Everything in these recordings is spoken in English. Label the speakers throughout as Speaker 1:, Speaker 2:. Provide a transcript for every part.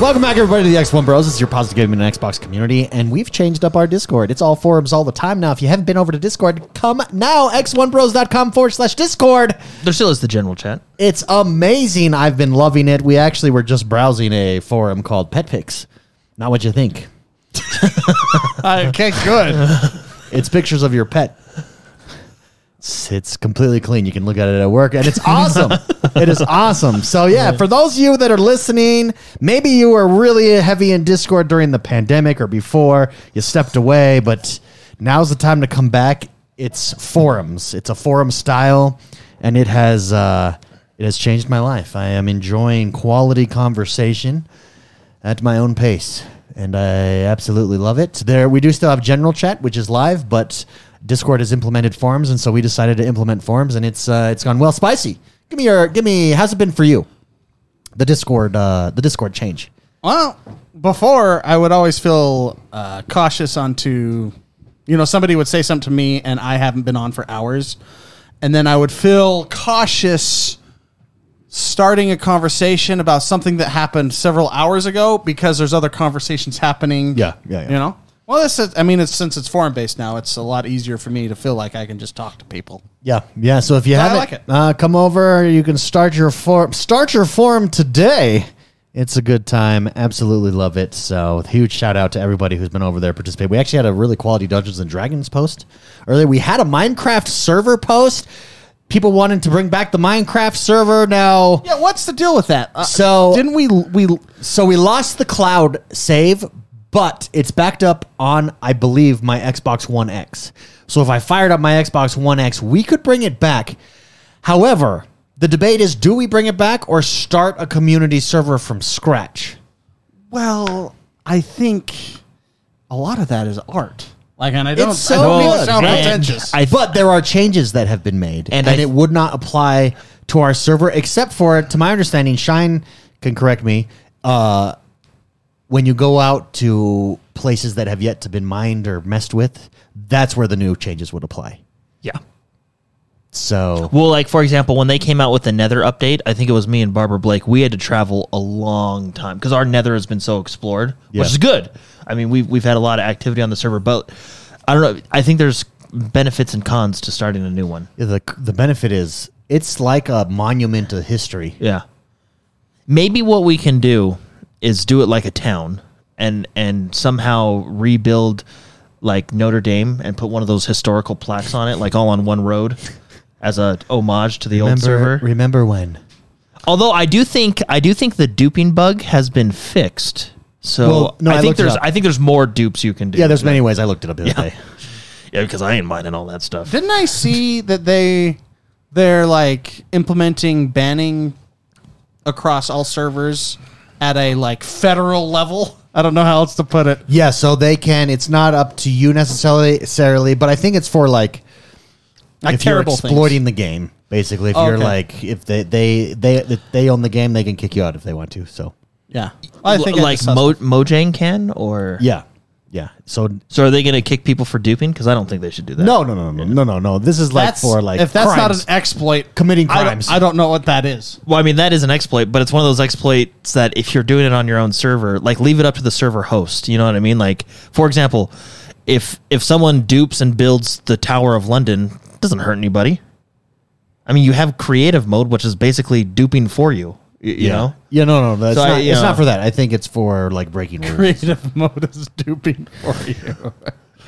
Speaker 1: Welcome back, everybody, to the X1 Bros. This is your positive gaming and Xbox community, and we've changed up our Discord. It's all forums all the time now. If you haven't been over to Discord, come now, x1bros.com forward slash Discord.
Speaker 2: There still is the general chat.
Speaker 1: It's amazing. I've been loving it. We actually were just browsing a forum called Pet Pics. Not what you think.
Speaker 3: Okay, good.
Speaker 1: It's pictures of your pet. It's, it's completely clean. You can look at it at work, and it's awesome. it is awesome. So yeah, for those of you that are listening, maybe you were really heavy in Discord during the pandemic or before you stepped away, but now's the time to come back. It's forums. It's a forum style, and it has uh, it has changed my life. I am enjoying quality conversation at my own pace, and I absolutely love it. There, we do still have general chat, which is live, but Discord has implemented forums, and so we decided to implement forums, and it's uh, it's gone well spicy. Give me your, give me. How's it been for you? The Discord, uh, the Discord change.
Speaker 3: Well, before I would always feel uh, cautious on to, you know, somebody would say something to me and I haven't been on for hours, and then I would feel cautious starting a conversation about something that happened several hours ago because there's other conversations happening.
Speaker 1: Yeah, yeah, yeah.
Speaker 3: You know. Well, this is, I mean, it's since it's foreign based now, it's a lot easier for me to feel like I can just talk to people.
Speaker 1: Yeah, yeah. So if you
Speaker 3: I
Speaker 1: haven't,
Speaker 3: like it.
Speaker 1: Uh, come over. You can start your form. Start your forum today. It's a good time. Absolutely love it. So huge shout out to everybody who's been over there participating. We actually had a really quality Dungeons and Dragons post earlier. We had a Minecraft server post. People wanted to bring back the Minecraft server now.
Speaker 3: Yeah, what's the deal with that? Uh,
Speaker 1: So-
Speaker 3: didn't we we
Speaker 1: So we lost the cloud save, but it's backed up on, I believe, my Xbox One X. So if I fired up my Xbox One X, we could bring it back. However, the debate is do we bring it back or start a community server from scratch?
Speaker 3: Well, I think a lot of that is art. Like, and I don't.
Speaker 1: It's so
Speaker 3: I don't mean to
Speaker 1: good,
Speaker 3: sound
Speaker 1: man.
Speaker 3: pretentious.
Speaker 1: I, but there are changes that have been made, and,
Speaker 2: And I-
Speaker 1: it would not apply to our server, except for, to my understanding, Shine can correct me. Uh, when you go out to places that have yet to been mined or messed with, that's where the new changes would apply.
Speaker 2: Yeah.
Speaker 1: So
Speaker 2: Well, like for example, when they came out with the Nether update, I think it was me and Barbara Blake. We had to travel a long time because our Nether has been so explored,
Speaker 1: Yeah.
Speaker 2: which is good. I mean, we've we've had a lot of activity on the server, but I don't know. I think there's benefits and cons to starting a new one.
Speaker 1: the the benefit is it's like a monument to history.
Speaker 2: Yeah. Maybe what we can do is do it like a town and and somehow rebuild like Notre Dame and put one of those historical plaques on it, like all on one road as a homage to the old
Speaker 1: Remember,
Speaker 2: server.
Speaker 1: remember when?
Speaker 2: Although I do think I do think the duping bug has been fixed. So
Speaker 1: Well, no, I
Speaker 2: I
Speaker 1: looked
Speaker 2: think
Speaker 1: it
Speaker 2: there's
Speaker 1: up.
Speaker 2: I think there's more dupes you can do.
Speaker 1: Yeah, there's many ways I looked it up the other
Speaker 2: Yeah.
Speaker 1: day.
Speaker 2: Yeah, because I ain't mining all that stuff.
Speaker 3: Didn't I see that they they're like implementing banning across all servers at a like federal level? I don't know how else to put it.
Speaker 1: Yeah, so they can. It's not up to you necessarily, necessarily, but I think it's for like,
Speaker 3: Like
Speaker 1: if you're
Speaker 3: terrible things.
Speaker 1: exploiting the game. Basically, if
Speaker 3: Oh,
Speaker 1: you're
Speaker 3: okay.
Speaker 1: like, if they they they if they own the game, they can kick you out if they want to. So
Speaker 3: Yeah, I think
Speaker 2: L-
Speaker 3: I
Speaker 2: like
Speaker 3: just saw
Speaker 2: Mo- Mojang can or
Speaker 1: yeah, yeah. So
Speaker 2: So are they going to kick people for duping? Because I don't think they should do that.
Speaker 1: no, no, no, no, no, no, no. This is like
Speaker 3: that's,
Speaker 1: for like
Speaker 3: if that's
Speaker 1: crimes.
Speaker 3: not an exploit,
Speaker 1: committing
Speaker 3: I don't-
Speaker 1: crimes.
Speaker 3: I don't know what that is.
Speaker 2: Well, I mean that is an exploit, but it's one of those exploits that if you're doing it on your own server, like leave it up to the server host. You know what I mean? Like for example, if if someone dupes and builds the Tower of London, it doesn't hurt anybody. I mean, you have creative mode, which is basically duping for you. y- You
Speaker 1: yeah.
Speaker 2: know?
Speaker 1: yeah, no, no, that's
Speaker 2: So I-
Speaker 1: not,
Speaker 2: you
Speaker 1: it's not
Speaker 2: know.
Speaker 1: for that. I think it's for like breaking rules.
Speaker 3: Creative mode is duping for you.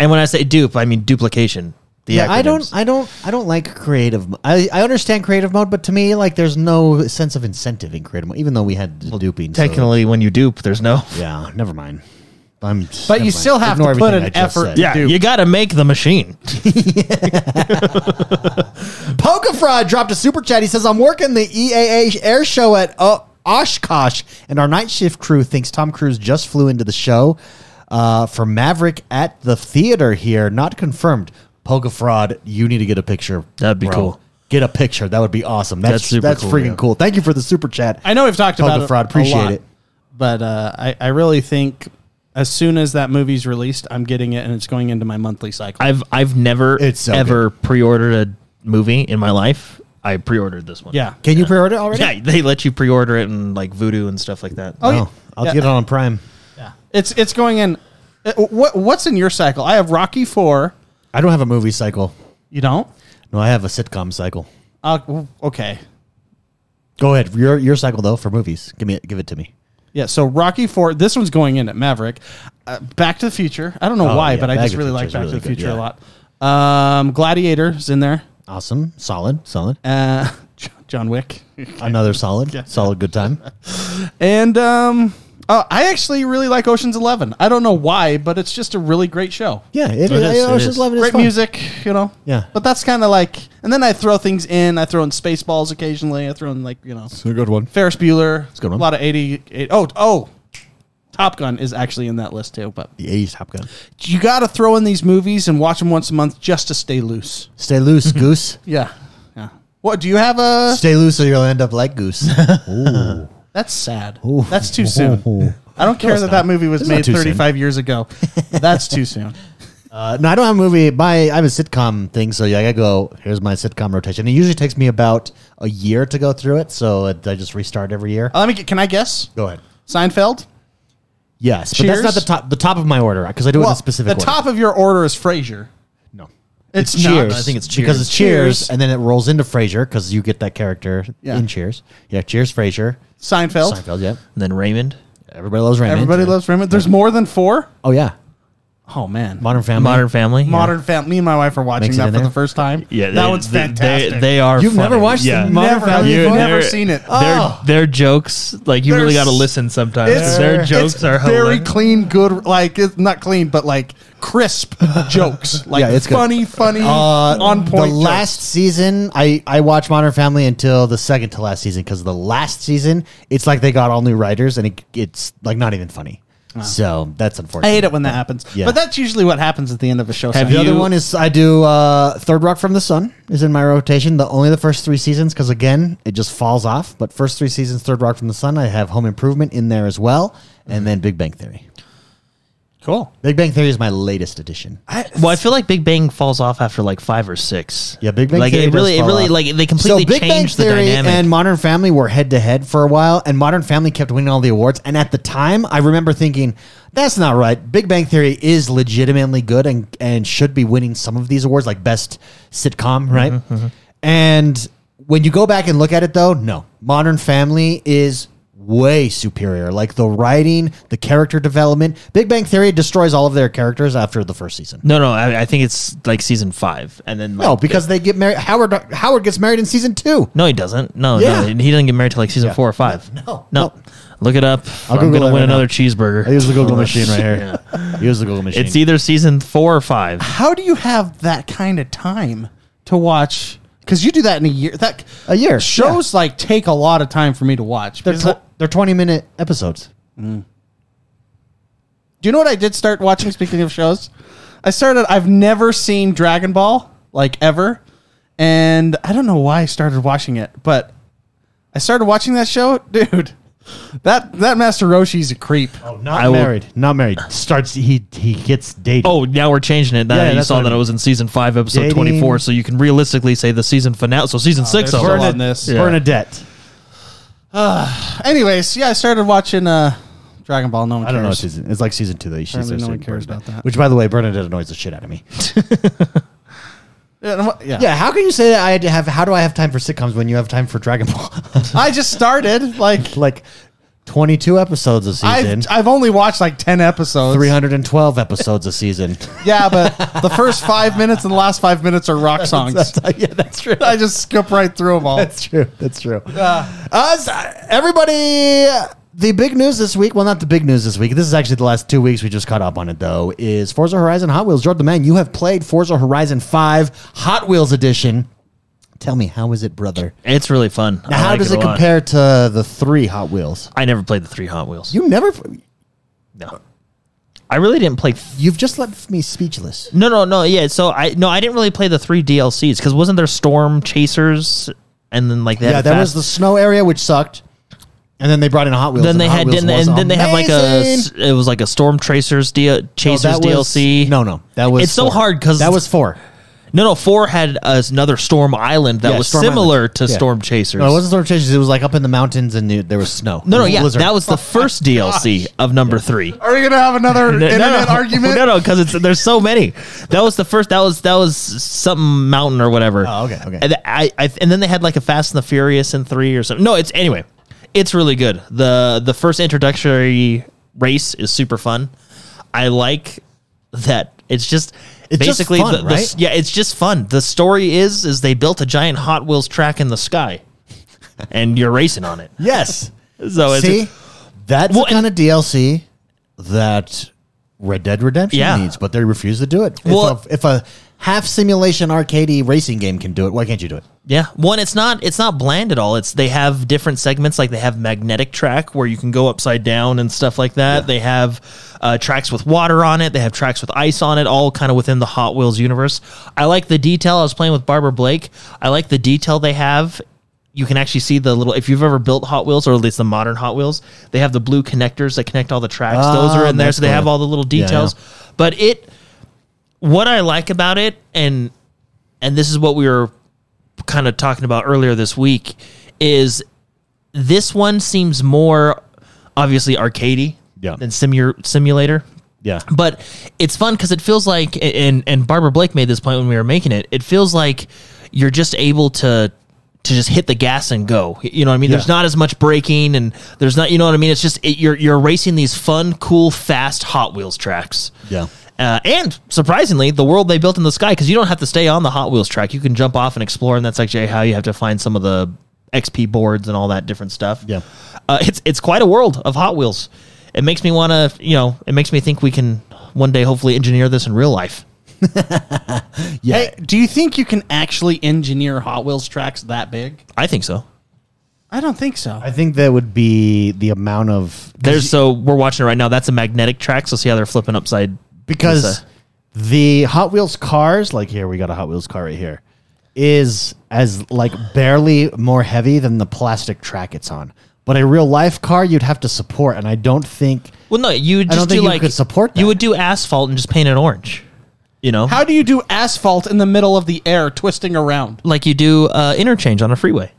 Speaker 2: And when I say dupe, I mean duplication. The
Speaker 1: Yeah, I don't,
Speaker 2: acronyms.
Speaker 1: I don't, I don't like creative. mo- I, I understand creative mode, but to me, like, there's no sense of incentive in creative mode. Even though we had duping, so-
Speaker 2: Technically, when you dupe, there's no.
Speaker 1: Yeah, never mind. I'm, but
Speaker 3: you still have to put an effort- Yeah. Dupe.
Speaker 2: You got to make the machine.
Speaker 1: Pokafraud dropped a super chat. He says, "I'm working the EAA air show at uh, Oshkosh, and our night shift crew thinks Tom Cruise just flew into the show uh, for Maverick at the theater here. Not confirmed. Pokafraud, you need to get a picture.
Speaker 2: That'd be cool.
Speaker 1: Get a picture. That would be awesome. That's that's,
Speaker 2: That's super cool,
Speaker 1: freaking
Speaker 2: yeah.
Speaker 1: cool. Thank you for the super chat.
Speaker 3: I know we've talked
Speaker 1: Total
Speaker 3: about it
Speaker 1: fraud.
Speaker 3: a
Speaker 1: Appreciate
Speaker 3: lot,
Speaker 1: it.
Speaker 3: but uh, I I really think as soon as that movie's released, I'm getting it, and it's going into my monthly cycle.
Speaker 2: I've I've never
Speaker 1: It's so
Speaker 2: ever pre-ordered a movie in my life. I pre-ordered this one.
Speaker 3: yeah.
Speaker 1: Can you pre-order already?
Speaker 2: Yeah, they let you pre-order it and like Voodoo and stuff like that.
Speaker 3: Oh, yeah.
Speaker 1: Oh, I'll get it on Prime.
Speaker 3: Yeah. It's it's going in. uh, What what's in your cycle? I have Rocky Four.
Speaker 1: I don't have a movie cycle.
Speaker 3: You don't?
Speaker 1: No, I have a sitcom cycle.
Speaker 3: Uh, okay.
Speaker 1: Go ahead. Your your cycle though for movies. Give me give it to me.
Speaker 3: Yeah. So Rocky Four. This one's going in at Maverick. Uh, Back to the Future. I don't know
Speaker 1: Oh,
Speaker 3: why,
Speaker 1: yeah,
Speaker 3: but I
Speaker 1: Back
Speaker 3: just
Speaker 1: to the
Speaker 3: really like
Speaker 1: Future's really
Speaker 3: Back to the
Speaker 1: good,
Speaker 3: Future
Speaker 1: yeah.
Speaker 3: a lot. Um, Gladiator's in there.
Speaker 1: Awesome. Solid. Solid.
Speaker 3: Uh, John Wick.
Speaker 1: Another solid. Solid good time.
Speaker 3: And um, oh, I actually really like Ocean's Eleven. I don't know why, but it's just a really great show.
Speaker 1: Yeah, it,
Speaker 2: It
Speaker 1: is.
Speaker 2: is, it
Speaker 1: Ocean's
Speaker 2: is.
Speaker 1: Eleven is
Speaker 3: great
Speaker 1: fun.
Speaker 3: music, you know.
Speaker 1: Yeah.
Speaker 3: But that's kind of like, and then I throw things in. I throw in Spaceballs occasionally. I throw in like you know
Speaker 1: It's a good one.
Speaker 3: Ferris Bueller. It's
Speaker 1: a good one.
Speaker 3: A lot of 80, eight- Oh, oh, Top Gun is actually in that list too. But
Speaker 1: The 80s Top Gun.
Speaker 3: you got to throw in these movies and watch them once a month just to stay loose.
Speaker 1: Stay loose, Goose.
Speaker 3: Yeah. Yeah. What do you have a?
Speaker 1: Stay loose or you'll end up like Goose. Ooh.
Speaker 3: That's sad. That's too soon.
Speaker 1: Ooh.
Speaker 3: I don't care
Speaker 1: it's
Speaker 3: that
Speaker 1: not.
Speaker 3: that movie was
Speaker 1: It's not
Speaker 3: made
Speaker 1: too soon.
Speaker 3: 35 years ago. That's too soon.
Speaker 1: Uh, no, I don't have a movie. My I have a sitcom thing, so yeah, I gotta go. Here's my sitcom rotation. It usually takes me about a year to go through it, so it, I just restart every year.
Speaker 3: Uh, let me. Get, can I guess?
Speaker 1: go ahead.
Speaker 3: Seinfeld.
Speaker 1: Yes, but that's
Speaker 3: Cheers.
Speaker 1: not the top. The top of my order because I do it in a specific
Speaker 3: the
Speaker 1: order.
Speaker 3: top of your order is Frasier.
Speaker 1: No,
Speaker 3: It's,
Speaker 2: Cheers.
Speaker 3: Not.
Speaker 2: I think it's
Speaker 1: because
Speaker 2: Cheers.
Speaker 1: it's Cheers,
Speaker 3: Cheers.
Speaker 1: and then it rolls into Frasier because you get that character
Speaker 3: Yeah.
Speaker 1: in Cheers. Yeah, Cheers, Frasier,
Speaker 3: Seinfeld.
Speaker 1: Seinfeld. Yeah,
Speaker 2: And then Raymond.
Speaker 1: everybody loves Raymond.
Speaker 3: Everybody loves Raymond. There's more than four.
Speaker 1: Oh yeah,
Speaker 3: Oh man,
Speaker 1: Modern Family.
Speaker 2: Modern Family. yeah.
Speaker 3: Modern Family. Me and my wife are watching
Speaker 1: Makes it
Speaker 3: that
Speaker 1: in
Speaker 3: for
Speaker 1: there?
Speaker 3: the first time.
Speaker 4: Yeah,
Speaker 3: that
Speaker 4: they-
Speaker 3: one's
Speaker 4: they-
Speaker 3: fantastic.
Speaker 2: They, they are.
Speaker 1: You've
Speaker 2: funny.
Speaker 1: never watched
Speaker 4: Yeah.
Speaker 1: the Modern
Speaker 3: Never.
Speaker 1: Family.
Speaker 3: You-
Speaker 1: before?
Speaker 3: never- seen it.
Speaker 4: Their,
Speaker 3: Oh.
Speaker 2: Their jokes, like you
Speaker 3: They're
Speaker 2: really got to
Speaker 3: s-
Speaker 2: listen sometimes. their
Speaker 3: it's
Speaker 2: jokes are
Speaker 3: very
Speaker 2: hilarious.
Speaker 3: clean, good. Like it's not clean, but like crisp jokes. Like
Speaker 1: Yeah, it's good.
Speaker 3: funny, funny,
Speaker 1: Uh,
Speaker 3: on point.
Speaker 1: The
Speaker 3: jokes.
Speaker 1: last season, I I watched Modern Family until the second to last season because the last season, it's like they got all new writers and it, it's like not even funny. So that's unfortunate.
Speaker 3: I hate it when that happens.
Speaker 1: Yeah.
Speaker 3: But that's usually what happens at the end of a show.
Speaker 2: Have
Speaker 1: The
Speaker 3: Simon.
Speaker 2: you-
Speaker 1: other one is I do uh, Third Rock from the Sun is in my rotation. The only the first three seasons because again it just falls off. But first three seasons, Third Rock from the Sun. I have Home Improvement in there as well, and then Big Bang Theory.
Speaker 3: cool.
Speaker 1: Big Bang Theory is my latest edition.
Speaker 2: Well, I feel like Big Bang falls off after like five or six.
Speaker 1: Yeah, Big Bang
Speaker 2: like,
Speaker 1: Theory
Speaker 2: It
Speaker 1: does
Speaker 2: really, it
Speaker 1: fall
Speaker 2: really,
Speaker 1: off.
Speaker 2: like they completely changed the dynamic.
Speaker 1: and Modern Family were head to head for a while, and Modern Family kept winning all the awards. And at the time, I remember thinking, "That's not right." Big Bang Theory is legitimately good and and should be winning some of these awards, like best sitcom,
Speaker 2: Mm-hmm,
Speaker 1: right? And when you go back and look at it, though, no, Modern Family is way superior. Like the writing, the character development. Big Bang Theory destroys all of their characters after the first season.
Speaker 2: no, no, I, I think it's like season five, and then like,
Speaker 1: No, because they get married. Howard Howard gets married in season two.
Speaker 2: no, he doesn't. No,
Speaker 1: Yeah.
Speaker 2: no, he doesn't get married till like season
Speaker 1: Yeah.
Speaker 2: four or five.
Speaker 1: No,
Speaker 2: no,
Speaker 1: no.
Speaker 2: look it up. i
Speaker 1: I'll
Speaker 2: am
Speaker 1: Google
Speaker 2: gonna
Speaker 1: that
Speaker 2: win
Speaker 1: right now.
Speaker 2: another cheeseburger.
Speaker 1: I use the Google machine right here. Use the Google machine.
Speaker 2: It's either season four or five.
Speaker 3: How do you have that kind of time to watch? Because you do that in a year. That
Speaker 1: A year,
Speaker 3: shows like take a lot of time for me to watch.
Speaker 1: they're,
Speaker 3: Because
Speaker 1: tw-
Speaker 3: I-
Speaker 1: they're 20 minute episodes.
Speaker 3: Do you know what I did start watching? Speaking of shows, I started. I've never seen Dragon Ball like ever, and I don't know why I started watching it, but I started watching that show, dude. That that Master Roshi's a creep.
Speaker 1: Oh, not
Speaker 2: I will-
Speaker 1: married. not married. Starts he he gets dated.
Speaker 2: Oh, now we're changing it. Now
Speaker 1: Yeah,
Speaker 2: you
Speaker 1: that's
Speaker 2: saw
Speaker 1: what I
Speaker 2: that
Speaker 1: mean.
Speaker 2: it was in season five, episode
Speaker 1: Dating. Oh,
Speaker 2: twenty-four, so you can realistically say the season finale. So season six.
Speaker 3: there's
Speaker 2: of it.
Speaker 3: Bernad- on this.
Speaker 2: Yeah.
Speaker 1: Bernadette.
Speaker 3: Anyways, yeah, I started watching uh, Dragon Ball. No one
Speaker 1: I
Speaker 3: cares.
Speaker 1: don't know what season. It's like season two. That she
Speaker 3: Apparently
Speaker 1: starts
Speaker 3: no one
Speaker 1: dating
Speaker 3: cares about
Speaker 1: Bernadette.
Speaker 3: that.
Speaker 1: Which, by the way, Bernadette annoys the shit out of me.
Speaker 3: Yeah, no, yeah.
Speaker 1: yeah, how can you say that I had to have? How do I have time for sitcoms when you have time for Dragon Ball?
Speaker 3: I just started like
Speaker 1: like 22 episodes a season,
Speaker 3: I've I've only watched like ten episodes.
Speaker 1: 312 episodes a season.
Speaker 3: Yeah, but the first five minutes and the last five minutes are rock songs.
Speaker 1: yeah, that's true.
Speaker 3: I just skip right through them all.
Speaker 1: That's true. That's true. Uh, s- everybody, the big news this week, well, not the big news this week. This is actually the last two weeks we just caught up on it, though, is Forza Horizon Hot Wheels. Jordan, the man, you have played Forza Horizon 5 Hot Wheels Edition. Tell me, how is it, brother?
Speaker 2: It's really fun. I
Speaker 1: Now, how
Speaker 2: like
Speaker 1: does it,
Speaker 2: a lot.
Speaker 1: compare to the three Hot Wheels?
Speaker 2: I never played the three Hot Wheels.
Speaker 1: You never,
Speaker 2: no, I really didn't play. th-
Speaker 1: you've just left me speechless.
Speaker 2: no, no, no. Yeah, so I no, I didn't really play the three DLCs because wasn't there Storm Chasers and then like they
Speaker 1: yeah,
Speaker 2: had
Speaker 1: there was
Speaker 2: Fast-
Speaker 1: the snow area, which sucked. And then they brought in Hot Wheels.
Speaker 2: then
Speaker 1: and
Speaker 2: they
Speaker 1: Hot
Speaker 2: had
Speaker 1: Wheels
Speaker 2: didn't they-
Speaker 1: was
Speaker 2: and then they had like a
Speaker 1: amazing.
Speaker 2: s- it was like a Storm Tracers D- uh,
Speaker 1: No,
Speaker 2: Chasers
Speaker 1: that was-
Speaker 2: DLC.
Speaker 1: No, no, that was
Speaker 2: It's so hard 'cause
Speaker 1: that was four.
Speaker 2: No, no, four had uh, another Storm Island that
Speaker 1: Yeah,
Speaker 2: was
Speaker 1: Storm
Speaker 2: similar
Speaker 1: Island.
Speaker 2: to
Speaker 1: Yeah.
Speaker 2: Storm Chasers.
Speaker 1: No, it wasn't storm chasers. It was like up in the mountains and it- there was snow. It
Speaker 2: no, no,
Speaker 1: was a
Speaker 2: yeah,
Speaker 1: blizzard. Oh
Speaker 2: that was the first DLC of number three.
Speaker 3: Are we gonna have another
Speaker 2: No,
Speaker 3: internet
Speaker 2: no, no.
Speaker 3: argument?
Speaker 2: No, no, because it's there's so many. That was the first. That was that was something mountain or whatever.
Speaker 1: Oh, okay, okay.
Speaker 2: And I, I and then they had like a Fast and the Furious in three or something. No, it's anyway. It's really good. the The first introductory race is super fun. I like that. It's just.
Speaker 1: It's just
Speaker 2: basically
Speaker 1: fun,
Speaker 2: the, the-
Speaker 1: right?
Speaker 2: yeah it's just fun the story is is they built a giant hot wheels track in the sky and you're racing on it
Speaker 1: yes.
Speaker 2: so it's
Speaker 1: See, that's
Speaker 2: Well,
Speaker 1: the kind of DLC that Red Dead Redemption
Speaker 2: Yeah.
Speaker 1: needs, but they refuse to do it. If
Speaker 2: Well-
Speaker 1: a- if a half simulation arcadey racing game can do it, why can't you do it?
Speaker 2: Yeah. One, it's not it's not bland at all. It's they have different segments like they have magnetic track where you can go upside down and stuff like that. They have uh, tracks with water on it. They have tracks with ice on it. All kind of within the Hot Wheels universe. I like the detail. I was playing with Barbara Blake. I like the detail they have. You can actually see the little if you've ever built Hot Wheels or at least the modern Hot Wheels. They have the blue connectors that connect all the tracks. Those
Speaker 1: Ah,
Speaker 2: are in there,
Speaker 1: that's
Speaker 2: so they
Speaker 1: cool.
Speaker 2: have all the little
Speaker 1: Yeah, yeah.
Speaker 2: details. But it, what I like about it, and and this is what we were kind of talking about earlier this week is this one seems more obviously arcadey
Speaker 1: Yeah.
Speaker 2: than simu- simulator
Speaker 1: Yeah.
Speaker 2: but it's fun because it feels like and and barbara blake made this point when we were making it it feels like you're just able to to just hit the gas and go you know what i mean there's
Speaker 1: Yeah.
Speaker 2: not as much braking and there's not you know what i mean it's just it, you're you're racing these fun cool fast hot wheels tracks
Speaker 1: Yeah.
Speaker 2: uh, and surprisingly, the world they built in the sky, because you don't have to stay on the Hot Wheels track. You can jump off and explore, and that's actually how you have to find some of the XP boards and all that different stuff.
Speaker 1: Yeah.
Speaker 2: uh, it's it's quite a world of Hot Wheels. It makes me want to, you know, it makes me think we can one day hopefully engineer this in real life.
Speaker 1: Yeah.
Speaker 3: Hey, do you think you can actually engineer Hot Wheels tracks that big?
Speaker 2: I think so.
Speaker 3: I don't think so.
Speaker 1: I think that would be the amount of
Speaker 2: There's so we're watching it right now. That's a magnetic track. So see how they're flipping upside
Speaker 1: because
Speaker 2: Lisa.
Speaker 1: the Hot Wheels cars, like here we got a Hot Wheels car right here, is as like barely more heavy than the plastic track it's on. But a real life car, you'd have to support, and I don't think
Speaker 2: Well, no, you would
Speaker 1: I don't
Speaker 2: just do
Speaker 1: think you
Speaker 2: like
Speaker 1: could support
Speaker 2: You
Speaker 1: that.
Speaker 2: would do asphalt and just paint it orange. You know,
Speaker 3: How do you do asphalt in the middle of the air, twisting around?
Speaker 2: like you do uh, interchange on a freeway.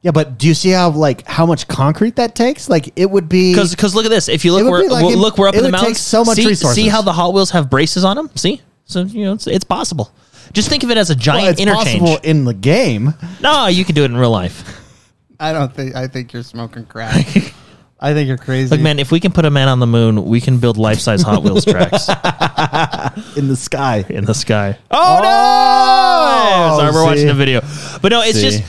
Speaker 1: Yeah, but do you see how like how much concrete that takes? Like it would be
Speaker 2: Because because look at this. If you
Speaker 1: It
Speaker 2: look,
Speaker 1: would
Speaker 2: we're,
Speaker 1: be like
Speaker 2: we're-
Speaker 1: im-
Speaker 2: look, we're up
Speaker 1: it
Speaker 2: in the
Speaker 1: would take
Speaker 2: mountains.
Speaker 1: so much
Speaker 2: see,
Speaker 1: resources.
Speaker 2: See how the Hot Wheels have braces on them. See, so you know it's, it's possible. Just think of it as a giant
Speaker 1: well, it's
Speaker 2: interchange.
Speaker 1: possible in the game.
Speaker 2: No, you can do it in real life.
Speaker 3: I don't think. I think you're smoking crack. I think you're crazy.
Speaker 2: Look, man, if we can put a man on the moon, we can build life-size Hot Wheels tracks
Speaker 1: In the sky.
Speaker 2: in the sky.
Speaker 1: Oh,
Speaker 2: Sorry, we're watching
Speaker 1: see?
Speaker 2: a video, but no, it's
Speaker 1: See.
Speaker 2: just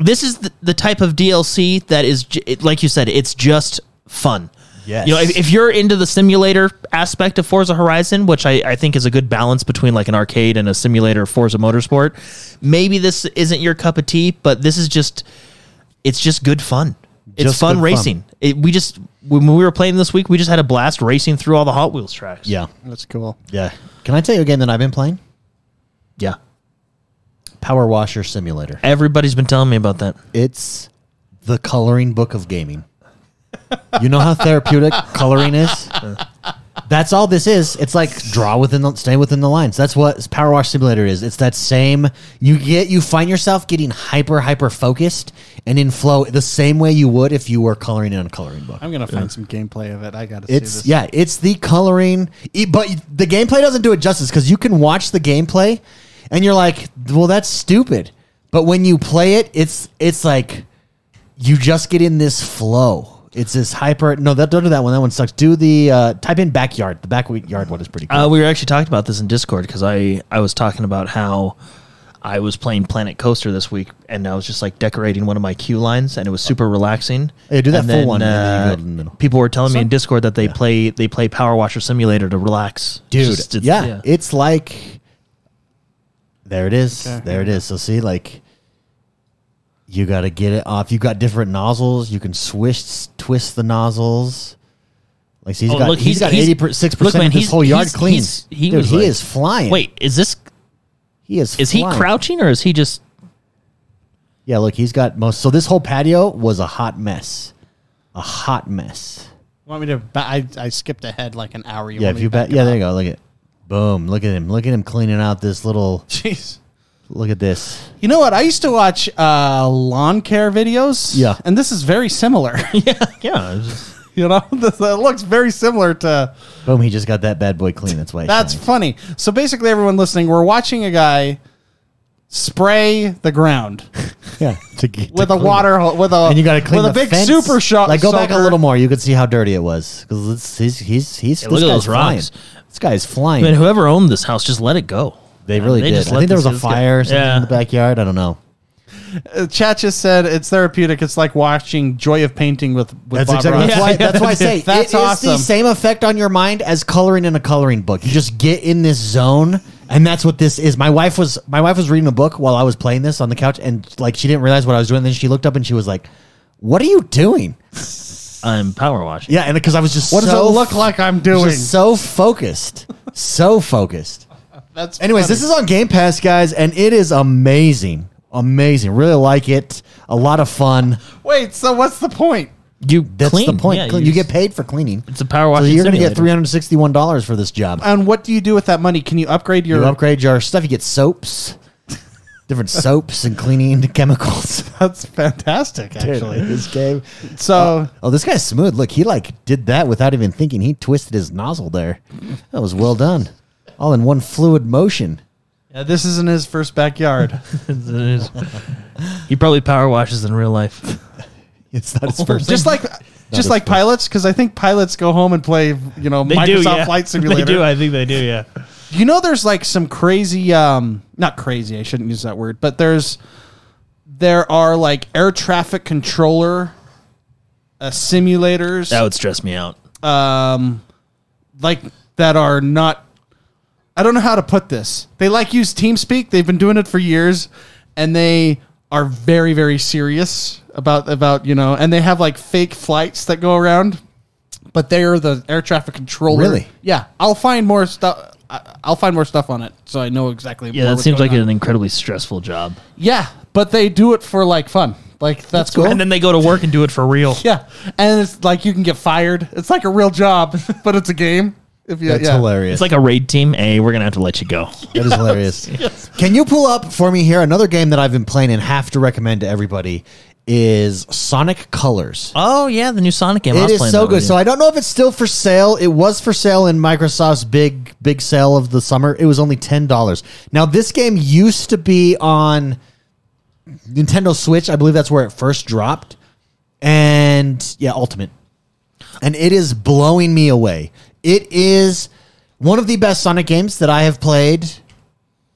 Speaker 2: this is the, the type of DLC that is, j- it, like you said, it's just fun.
Speaker 1: Yes.
Speaker 2: You know, if, if you're into the simulator aspect of Forza Horizon, which I, I think is a good balance between like an arcade and a simulator Forza Motorsport, maybe this isn't your cup of tea, but this is just, it's just good fun. It's
Speaker 1: Just good
Speaker 2: fun
Speaker 1: fun.
Speaker 2: racing. It, we just, when we were playing this week, we just had a blast racing through all the Hot Wheels tracks.
Speaker 1: Yeah.
Speaker 3: That's cool.
Speaker 1: Yeah. Can I tell you a game that I've been playing?
Speaker 2: Yeah.
Speaker 1: Power Washer Simulator.
Speaker 2: Everybody's been telling me about that.
Speaker 1: It's the coloring book of gaming. You know how therapeutic coloring is? That's all this is. It's like draw within the stay within the lines. That's what Power Wash Simulator is. It's that same you get you find yourself getting hyper hyper focused and in flow the same way you would if you were coloring in a coloring book.
Speaker 3: I'm gonna find some gameplay of it. I gotta see
Speaker 1: It's
Speaker 3: this.
Speaker 1: yeah, it's the coloring, e- but the gameplay doesn't do it justice because you can watch the gameplay, and you're like, well, that's stupid. But when you play it, it's it's like you just get in this flow. It's this hyper. No, that don't do that one. That one sucks. Do the uh, type in backyard. The backyard one is pretty cool.
Speaker 2: Uh, we were actually talking about this in Discord because I, I was talking about how I was playing Planet Coaster this week and I was just like decorating one of my queue lines and it was super relaxing.
Speaker 1: Yeah, do that
Speaker 2: And
Speaker 1: full one, and then you
Speaker 2: uh,
Speaker 1: go to the middle.
Speaker 2: people were telling me in Discord that they play they play Power Washer Simulator to relax.
Speaker 1: dude.
Speaker 2: It's just- it's-
Speaker 1: yeah, it's like there it is,
Speaker 3: Okay.
Speaker 1: there it is. So see, like you got to get it off. You got different nozzles. You can swish, twist the nozzles. Like so he's
Speaker 2: Oh,
Speaker 1: got
Speaker 2: look,
Speaker 1: he's
Speaker 2: he's-
Speaker 1: got
Speaker 2: he's-
Speaker 1: eighty six
Speaker 2: look,
Speaker 1: percent
Speaker 2: man,
Speaker 1: of his
Speaker 2: he's-
Speaker 1: whole yard
Speaker 2: he's-
Speaker 1: clean.
Speaker 2: he's- he
Speaker 1: dude,
Speaker 2: was
Speaker 1: he
Speaker 2: like-
Speaker 1: is flying.
Speaker 2: Wait, is this
Speaker 1: he is
Speaker 2: is he
Speaker 1: flying.
Speaker 2: crouching or is he just?
Speaker 1: Yeah, look, he's got most. So this whole patio was a hot mess, a hot mess.
Speaker 3: Want me to? Ba- I I skipped ahead like an hour. You
Speaker 1: Yeah,
Speaker 3: want
Speaker 1: if
Speaker 3: me
Speaker 1: you
Speaker 3: to back
Speaker 1: bet.
Speaker 3: it
Speaker 1: Yeah, there
Speaker 3: up?
Speaker 1: you go. Look at Boom. Look at him. Look at him cleaning out this little.
Speaker 3: Jeez.
Speaker 1: Look at this.
Speaker 3: You know what? I used to watch uh, lawn care videos.
Speaker 1: Yeah.
Speaker 3: And this is very similar.
Speaker 2: yeah, yeah. it's just-
Speaker 3: you know, this, it looks very similar to.
Speaker 1: Boom. He just got that bad boy clean. That's why. he's
Speaker 3: That's
Speaker 1: shining.
Speaker 3: funny. So basically, everyone listening, we're watching a guy spray the ground
Speaker 1: yeah. To, get- to
Speaker 3: with a
Speaker 1: clean it.
Speaker 3: water ho- with a
Speaker 1: And you got to clean
Speaker 3: with a
Speaker 1: the
Speaker 3: big
Speaker 1: fence.
Speaker 3: super shot.
Speaker 1: Like go back a
Speaker 3: soaker.
Speaker 1: little more. You could see how dirty it was because he's he's he's.
Speaker 2: look
Speaker 1: this
Speaker 2: at
Speaker 1: guy's
Speaker 2: those rocks.
Speaker 1: Flying. This guy's
Speaker 2: I
Speaker 1: flying.
Speaker 2: mean, whoever owned this house just let it go.
Speaker 1: they really
Speaker 2: They
Speaker 1: did.
Speaker 2: just
Speaker 1: I
Speaker 2: let
Speaker 1: think there was
Speaker 2: this-
Speaker 1: a
Speaker 2: this guy-
Speaker 1: fire or something
Speaker 2: Yeah.
Speaker 1: in the backyard. I don't know.
Speaker 3: Uh, Chat just said it's therapeutic. It's like watching Joy of Painting with with
Speaker 1: That's
Speaker 3: Bob
Speaker 1: exactly
Speaker 3: Ross.
Speaker 1: that's why. That's why I say
Speaker 3: That's
Speaker 1: it is the
Speaker 3: awesome.
Speaker 1: same effect on your mind as coloring in a coloring book. You just get in this zone, and that's what this is. My wife was my wife was reading a book while I was playing this on the couch, and like she didn't realize what I was doing. Then she looked up and she was like, "What are you doing?"
Speaker 2: I'm power washing.
Speaker 1: Yeah, and because I was just
Speaker 3: What does
Speaker 1: so
Speaker 3: it look like I'm doing?
Speaker 1: Just so focused, so focused.
Speaker 3: That's
Speaker 1: Anyways,
Speaker 3: funny.
Speaker 1: this is on Game Pass, guys, and it is amazing, amazing. Really like it. A lot of fun.
Speaker 3: wait. So what's the point?
Speaker 2: You
Speaker 1: That's
Speaker 2: clean.
Speaker 1: the point.
Speaker 2: Yeah,
Speaker 1: Clean- you
Speaker 2: just-
Speaker 1: get paid for cleaning.
Speaker 2: It's a power
Speaker 1: So
Speaker 2: washing.
Speaker 1: you're going to
Speaker 2: simulator.
Speaker 1: get three hundred sixty-one dollars for this job.
Speaker 3: And what do you do with that money? Can you upgrade your?
Speaker 1: You upgrade your stuff. You get soaps, different soaps and cleaning chemicals.
Speaker 3: that's fantastic, actually.
Speaker 1: this game.
Speaker 3: So
Speaker 1: Oh, this guy's smooth. Look, he like did that without even thinking. He twisted his nozzle there. That was well done. All in one fluid motion.
Speaker 3: yeah, this isn't his first backyard.
Speaker 2: he probably power washes in real life.
Speaker 1: It's not his first.
Speaker 3: just like
Speaker 1: is
Speaker 3: just like
Speaker 1: funny.
Speaker 3: pilots, because I think pilots go home and play, you know, Microsoft Flight Simulator.
Speaker 4: They do. I think they do. Yeah.
Speaker 3: You know, there's like some crazy, um, not crazy. I shouldn't use that word, but there's there are like air traffic controller uh, simulators,
Speaker 2: That would stress me out.
Speaker 3: um, like that are not. I don't know how to put this. They like use TeamSpeak. They've been doing it for years, and they are very very serious about about you know, and they have like fake flights that go around, but they are the air traffic controller.
Speaker 1: Really?
Speaker 3: Yeah, I'll find more stuff. I'll find more stuff on it, so I know exactly.
Speaker 2: Yeah,
Speaker 3: more
Speaker 2: that
Speaker 3: what's
Speaker 2: seems
Speaker 3: going
Speaker 2: like
Speaker 3: on.
Speaker 2: an incredibly stressful job.
Speaker 3: Yeah, but they do it for like fun. Like that's, cool.
Speaker 4: And then they go to work and do it for real.
Speaker 3: Yeah, and it's like you can get fired. It's like a real job, but it's a game. If you,
Speaker 1: That's
Speaker 3: yeah.
Speaker 1: hilarious.
Speaker 2: It's like a raid team. Hey, we're gonna have to let you go.
Speaker 1: That is hilarious. Can you pull up for me here another game that I've been playing and have to recommend to everybody is Sonic Colors.
Speaker 2: Oh yeah, the new Sonic game.
Speaker 1: It is so good. So I don't know if it's still for sale. It was for sale in Microsoft's big big sale of the summer. It was only ten dollars. Now this game used to be on Nintendo Switch. I believe that's where it first dropped. And yeah, Ultimate. And it is blowing me away. It is one of the best Sonic games that I have played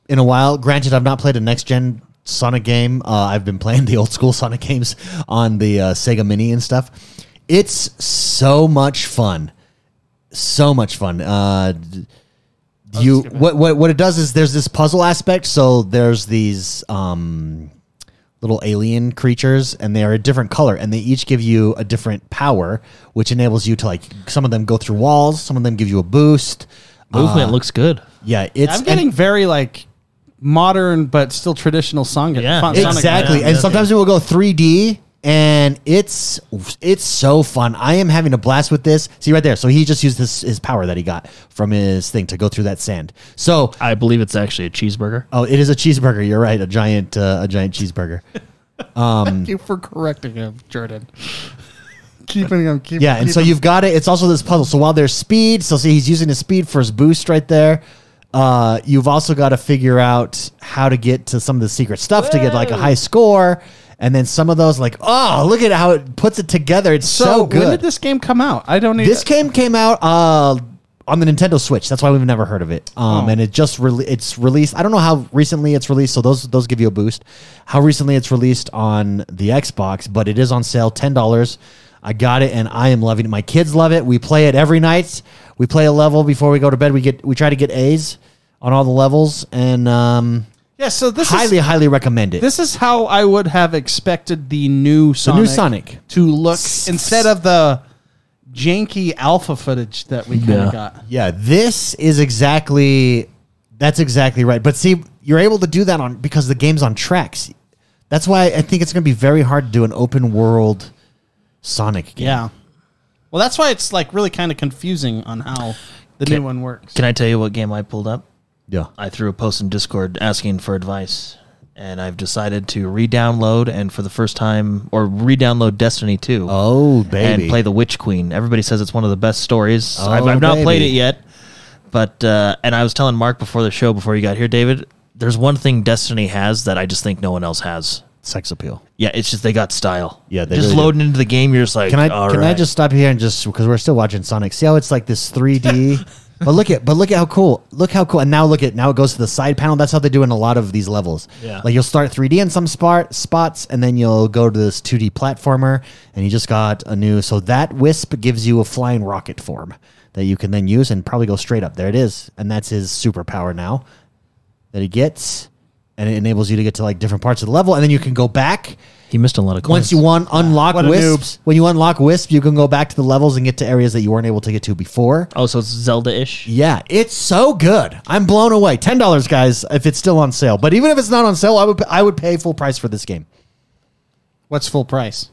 Speaker 1: in a while. Granted, I've not played a next gen Sonic game. Uh, I've been playing the old school Sonic games on the uh, Sega Mini and stuff. It's so much fun, so much fun. Uh, d-
Speaker 3: Oh,
Speaker 1: you what what what it does is there's this puzzle aspect. So there's these um, little alien creatures, and they are a different color, and they each give you a different power, which enables you to like some of them go through walls, some of them give you a boost.
Speaker 2: movement looks good.
Speaker 1: Yeah, it's
Speaker 3: I'm
Speaker 1: and-
Speaker 3: getting very like modern but still traditional song.
Speaker 2: Yeah.
Speaker 3: fun- Sonic
Speaker 1: exactly.
Speaker 2: Yeah,
Speaker 1: and
Speaker 2: yeah.
Speaker 1: sometimes it will go 3D, and it's it's so fun. I am having a blast with this. See right there. So he just used his his power that he got from his thing to go through that sand. So
Speaker 2: I believe it's actually a cheeseburger.
Speaker 1: oh, it is a cheeseburger. You're right. A giant uh, a giant cheeseburger.
Speaker 3: Thank you for correcting him, Jordan. keeping him, keep,
Speaker 1: Yeah, and so you've got it. It's also this puzzle. So while there's speed, so see he's using his speed for his boost right there. Uh, you've also got to figure out how to get to some of the secret stuff to get like a high score, and then some of those like oh look at how it puts it together. It's so,
Speaker 3: so,
Speaker 1: good.
Speaker 3: When did this game come out? I don't need
Speaker 1: this game came out uh, on the Nintendo Switch. That's why we've never heard of it. Um,
Speaker 3: Oh.
Speaker 1: And it just rele it's released. I don't know how recently it's released. So those those give you a boost. How recently it's released on the Xbox, but it is on sale ten dollars. I got it, and I am loving it. My kids love it. We play it every night. We play a level before we go to bed. We get we try to get A's on all the levels, and um,
Speaker 3: Yeah, so this
Speaker 1: highly
Speaker 3: is
Speaker 1: highly recommend it.
Speaker 3: this is how I would have expected the new Sonic,
Speaker 1: new Sonic.
Speaker 3: to look instead of the janky alpha footage that we kind of
Speaker 2: Yeah.
Speaker 3: got.
Speaker 1: Yeah, this is exactly that's exactly right. But see, you're able to do that on because the game's on tracks. That's why I think it's going to be very hard to do an open world Sonic game.
Speaker 3: Yeah. Well, that's why it's like really kind of confusing on how The
Speaker 2: Can-
Speaker 3: new one works.
Speaker 2: Can I tell you what game I pulled up?
Speaker 1: Yeah.
Speaker 2: I threw a post in Discord asking for advice, and I've decided to re-download and for the first time, or re-download Destiny 2.
Speaker 1: Oh, baby.
Speaker 2: and play the Witch Queen. Everybody says it's one of the best stories.
Speaker 1: Oh,
Speaker 2: I've, I've not
Speaker 1: baby.
Speaker 2: played it yet, but uh, and I was telling Mark before the show, before you got here, David. There's one thing Destiny has that I just think no one else has.
Speaker 1: sex appeal.
Speaker 2: Yeah, it's just they got style.
Speaker 1: Yeah, they
Speaker 2: just
Speaker 1: really do.
Speaker 2: loading into the game, you're just like,
Speaker 1: Can I
Speaker 2: "All
Speaker 1: can I
Speaker 2: right."
Speaker 1: just stop here and just because we're still watching Sonic? See how it's like this 3D. but look at but look at how cool. Look how cool. And now look at now it goes to the side panel. That's how they do in a lot of these levels.
Speaker 4: Yeah.
Speaker 1: Like you'll start 3D in some spot spots, and then you'll go to this 2D platformer, and you just got a new. So that wisp gives you a flying rocket form that you can then use and probably go straight up. There it is, and that's his superpower now that he gets. And it enables you to get to like different parts of the level, and then you can go back
Speaker 2: He missed a lot of coins.
Speaker 1: once you want unlock
Speaker 3: What a
Speaker 1: wisps, when you unlock wisp, you can go back to the levels and get to areas that you weren't able to get to before.
Speaker 2: oh, so it's Zelda-ish.
Speaker 1: Yeah, it's so good. I'm blown away. Ten dollars, guys, if it's still on sale. But even if it's not on sale, I would I would pay full price for this game.
Speaker 3: What's full price?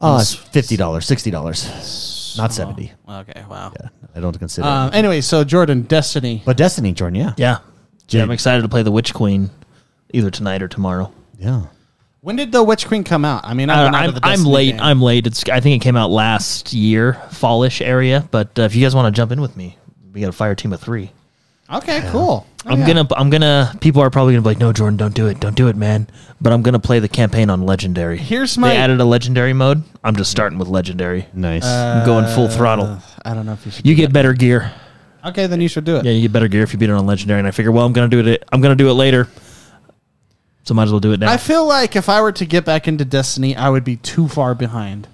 Speaker 1: Uh, it's fifty dollars, sixty dollars, not seventy.
Speaker 3: Okay, wow.
Speaker 1: Yeah, I don't consider. it.
Speaker 3: Um, anyway, so Jordan, Destiny.
Speaker 1: But Destiny, Jordan, yeah,
Speaker 2: Yeah,
Speaker 1: Jade.
Speaker 2: yeah. I'm excited to play the Witch Queen, either tonight or tomorrow.
Speaker 1: yeah.
Speaker 3: When did the Witch Queen come out? I mean, I've
Speaker 2: I
Speaker 3: been out of
Speaker 2: am
Speaker 3: the
Speaker 2: I'm
Speaker 3: Destiny
Speaker 2: late.
Speaker 3: game.
Speaker 2: I'm late. It's I think it came out last year, fallish area. But uh, if you guys want to jump in with me, we got a fire team of three.
Speaker 3: okay, cool. Oh,
Speaker 2: I'm
Speaker 3: yeah.
Speaker 2: gonna. I'm gonna. People are probably gonna be like, "No, Jordan, don't do it. Don't do it, man." But I'm gonna play the campaign on legendary.
Speaker 3: Here's
Speaker 2: They
Speaker 3: my-
Speaker 2: added a legendary mode. I'm just starting with legendary.
Speaker 1: Nice.
Speaker 3: Uh,
Speaker 2: I'm going full throttle.
Speaker 3: I don't know if you should.
Speaker 2: You get better gear.
Speaker 3: okay, then you should do it.
Speaker 2: Yeah, you get better gear if you beat it on legendary. And I figure, well, I'm gonna do it. I'm gonna do it later. So might as well do it now.
Speaker 3: I feel like if I were to get back into Destiny, I would be too far behind.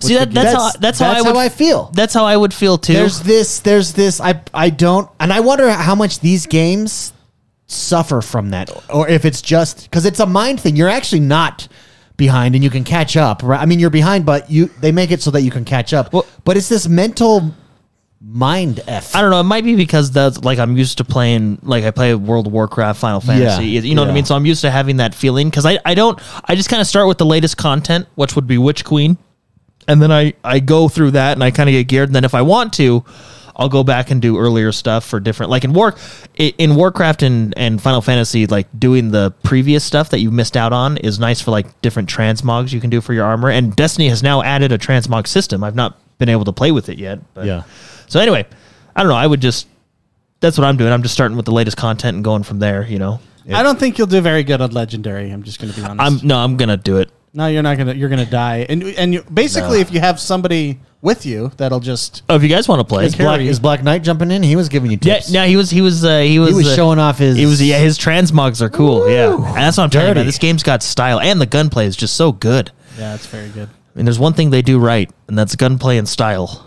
Speaker 2: See that? That's, how. That's, how, I would,
Speaker 1: feel.
Speaker 2: That's how I would feel too.
Speaker 1: There's this. There's this. I I don't. And I wonder how much these games suffer from that, or if it's just because it's a mind thing. You're actually not behind, and you can catch up. Right? I mean, you're behind, but you they make it so that you can catch up.
Speaker 2: Well-
Speaker 1: but it's this mental mind f.
Speaker 2: I don't know. It might be because that's like I'm used to playing. Like I play World of Warcraft, Final Fantasy.
Speaker 1: Yeah.
Speaker 2: You know what
Speaker 1: Yeah.
Speaker 2: I mean. So I'm used to having that feeling because I I don't. I just kind of start with the latest content, which would be Witch Queen, and then I I go through that and I kind of get geared. And then if I want to. I'll go back and do earlier stuff for different, like in War, i- in Warcraft and, and Final Fantasy, like doing the previous stuff that you missed out on is nice for like different transmogs you can do for your armor. And Destiny has now added a transmog system. I've not been able to play with it yet, but
Speaker 1: Yeah.
Speaker 2: so anyway, I don't know. I would just that's what I'm doing. I'm just starting with the latest content and going from there. You know,
Speaker 3: I don't think you'll do very good on Legendary. I'm just going to be honest.
Speaker 2: I'm no, I'm gonna do it.
Speaker 3: no, you're not gonna. You're gonna die. And and you, basically, if you have somebody with you, that'll just.
Speaker 2: Oh, if you guys want to play,
Speaker 1: Is Black, is Black Knight jumping in? He was giving you
Speaker 2: yeah,
Speaker 1: tips.
Speaker 2: no, he was he was uh, he was
Speaker 1: he was
Speaker 2: uh,
Speaker 1: showing off his.
Speaker 2: He was yeah, his transmogs are cool. yeah, and that's what I'm talking
Speaker 1: Dirty.
Speaker 2: about. This game's got style, and the gunplay is just so good.
Speaker 3: Yeah, it's very good.
Speaker 2: I mean, there's one thing they do right, and that's gunplay and style.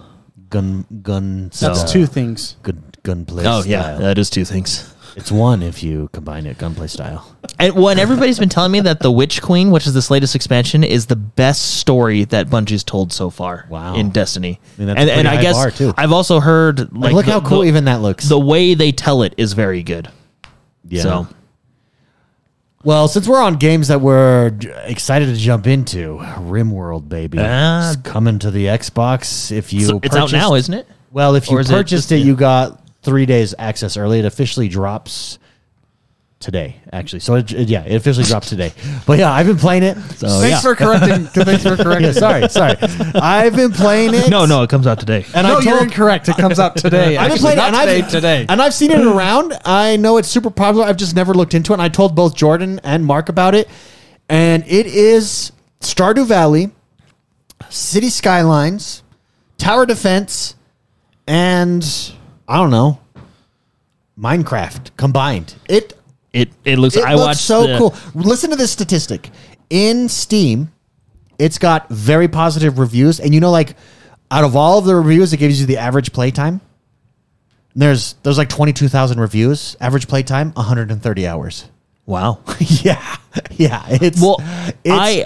Speaker 1: gun gun.
Speaker 3: That's
Speaker 1: style.
Speaker 3: two things.
Speaker 1: Good gunplay.
Speaker 2: Oh yeah,
Speaker 1: style.
Speaker 2: that is two things.
Speaker 1: it's one if you combine it gunplay style.
Speaker 2: And when everybody's been telling me that the Witch Queen, which is this latest expansion, is the best story that Bungie's told so far.
Speaker 1: Wow.
Speaker 2: In Destiny,
Speaker 1: I mean, that's a
Speaker 2: and,
Speaker 1: pretty
Speaker 2: and I
Speaker 1: high
Speaker 2: guess
Speaker 1: bar, too.
Speaker 2: I've also heard like
Speaker 1: look
Speaker 2: the-
Speaker 1: how cool
Speaker 2: the-
Speaker 1: even that looks.
Speaker 2: The way they tell it is very good.
Speaker 1: yeah.
Speaker 2: So
Speaker 1: Well, since we're on games that we're j- excited to jump into, RimWorld, baby,
Speaker 2: Ah.
Speaker 1: it's coming to the Xbox. If you
Speaker 2: so it's out now, isn't it?
Speaker 1: Well, if you
Speaker 2: Or is it
Speaker 1: purchased
Speaker 2: just-
Speaker 1: it, you got three days access early. It officially drops today, actually. So it, it- yeah, it officially drops today. But yeah, I've been playing it. So yeah.
Speaker 3: Thanks for correcting. thanks for correcting.
Speaker 1: yeah, sorry, sorry. I've been playing it.
Speaker 2: No, no, it comes out today.
Speaker 1: and
Speaker 3: no,
Speaker 1: I
Speaker 3: you're
Speaker 1: told
Speaker 3: incorrect. It comes out today.
Speaker 1: I've been
Speaker 3: actually.
Speaker 1: playing it,
Speaker 3: Not
Speaker 1: and I've,
Speaker 3: today. Today. Mm.
Speaker 1: and I've seen it around. I know it's super popular. I've just never looked into it. And I told both Jordan and Mark about it, and it is Stardew Valley, city skylines, tower defense, and I don't know, Minecraft combined. It
Speaker 2: It it looks.
Speaker 1: it
Speaker 2: I
Speaker 1: looks
Speaker 2: watched
Speaker 1: so
Speaker 2: the-
Speaker 1: cool. Listen to this statistic in Steam. It's got very positive reviews, and you know, like out of all of the reviews, it gives you the average playtime. There's there's like twenty two thousand reviews. Average playtime one hundred and thirty hours.
Speaker 2: Wow.
Speaker 1: yeah, yeah. It's
Speaker 2: Well,
Speaker 1: it's,
Speaker 2: I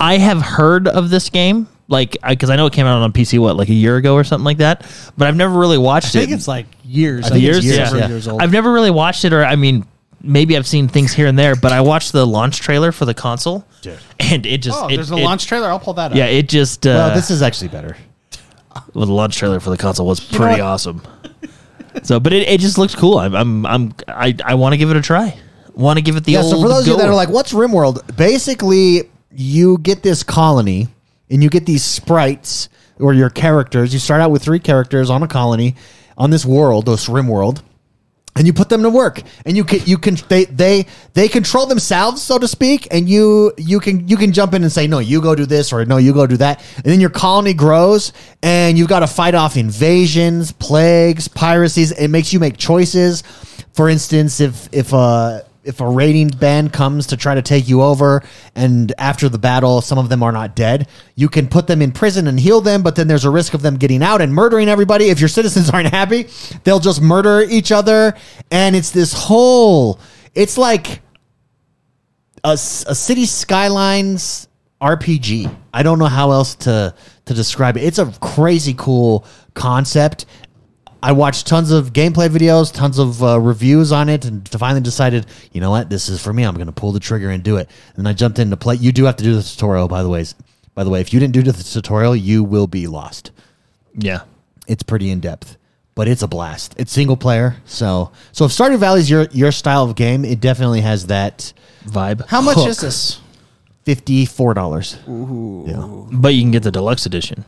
Speaker 2: I have heard of this game, like because I, know it came out on PC what like a year ago or something like that, but I've never really watched
Speaker 3: I think
Speaker 2: it.
Speaker 3: it's like years. I
Speaker 1: think it's
Speaker 2: years,
Speaker 1: years,
Speaker 2: yeah.
Speaker 1: several
Speaker 2: Yeah.
Speaker 3: years old.
Speaker 2: I've never really watched it, or I mean, maybe I've seen things here and there, but I watched the launch trailer for the console,
Speaker 1: Dude.
Speaker 2: and it just
Speaker 3: Oh,
Speaker 2: it-
Speaker 3: there's a
Speaker 2: it-
Speaker 3: launch trailer. I'll pull that up.
Speaker 2: Yeah, it just uh,
Speaker 1: well, this is actually better.
Speaker 2: Well, the launch trailer for the console was pretty awesome. So, but it, it just looked cool. I'm I'm, I'm I I want to give it a try. Want to give it the
Speaker 1: yeah,
Speaker 2: old
Speaker 1: so for those of you that
Speaker 2: go.
Speaker 1: are like, what's RimWorld? Basically, you get this colony and you get these sprites or your characters. You start out with three characters on a colony on this world, this RimWorld, and you put them to work. And you can you can they they they control themselves, so to speak, and you you can you can jump in and say, No, you go do this or no, you go do that. And then your colony grows and you've got to fight off invasions, plagues, piracies. It makes you make choices. For instance, if if uh if a raiding band comes to try to take you over and after the battle some of them are not dead you can put them in prison and heal them but then there's a risk of them getting out and murdering everybody if your citizens aren't happy they'll just murder each other and it's this whole it's like a, s- a city skylines RPG. I don't know how else to to describe it. It's a crazy cool concept. I watched tons of gameplay videos, tons of uh, reviews on it, and finally decided, you know what, this is for me. I'm going to pull the trigger and do it. And I jumped into play. You do have to do the tutorial, by the way. By the way, if you didn't do the tutorial, you will be lost
Speaker 2: yeah.
Speaker 1: it's pretty in depth, but it's a blast. It's single player, so so if Stardew Valley's your your style of game, it definitely has that
Speaker 2: vibe.
Speaker 3: How much
Speaker 1: Hook.
Speaker 3: is this?
Speaker 1: fifty four dollars. Yeah.
Speaker 2: But you can get the deluxe edition.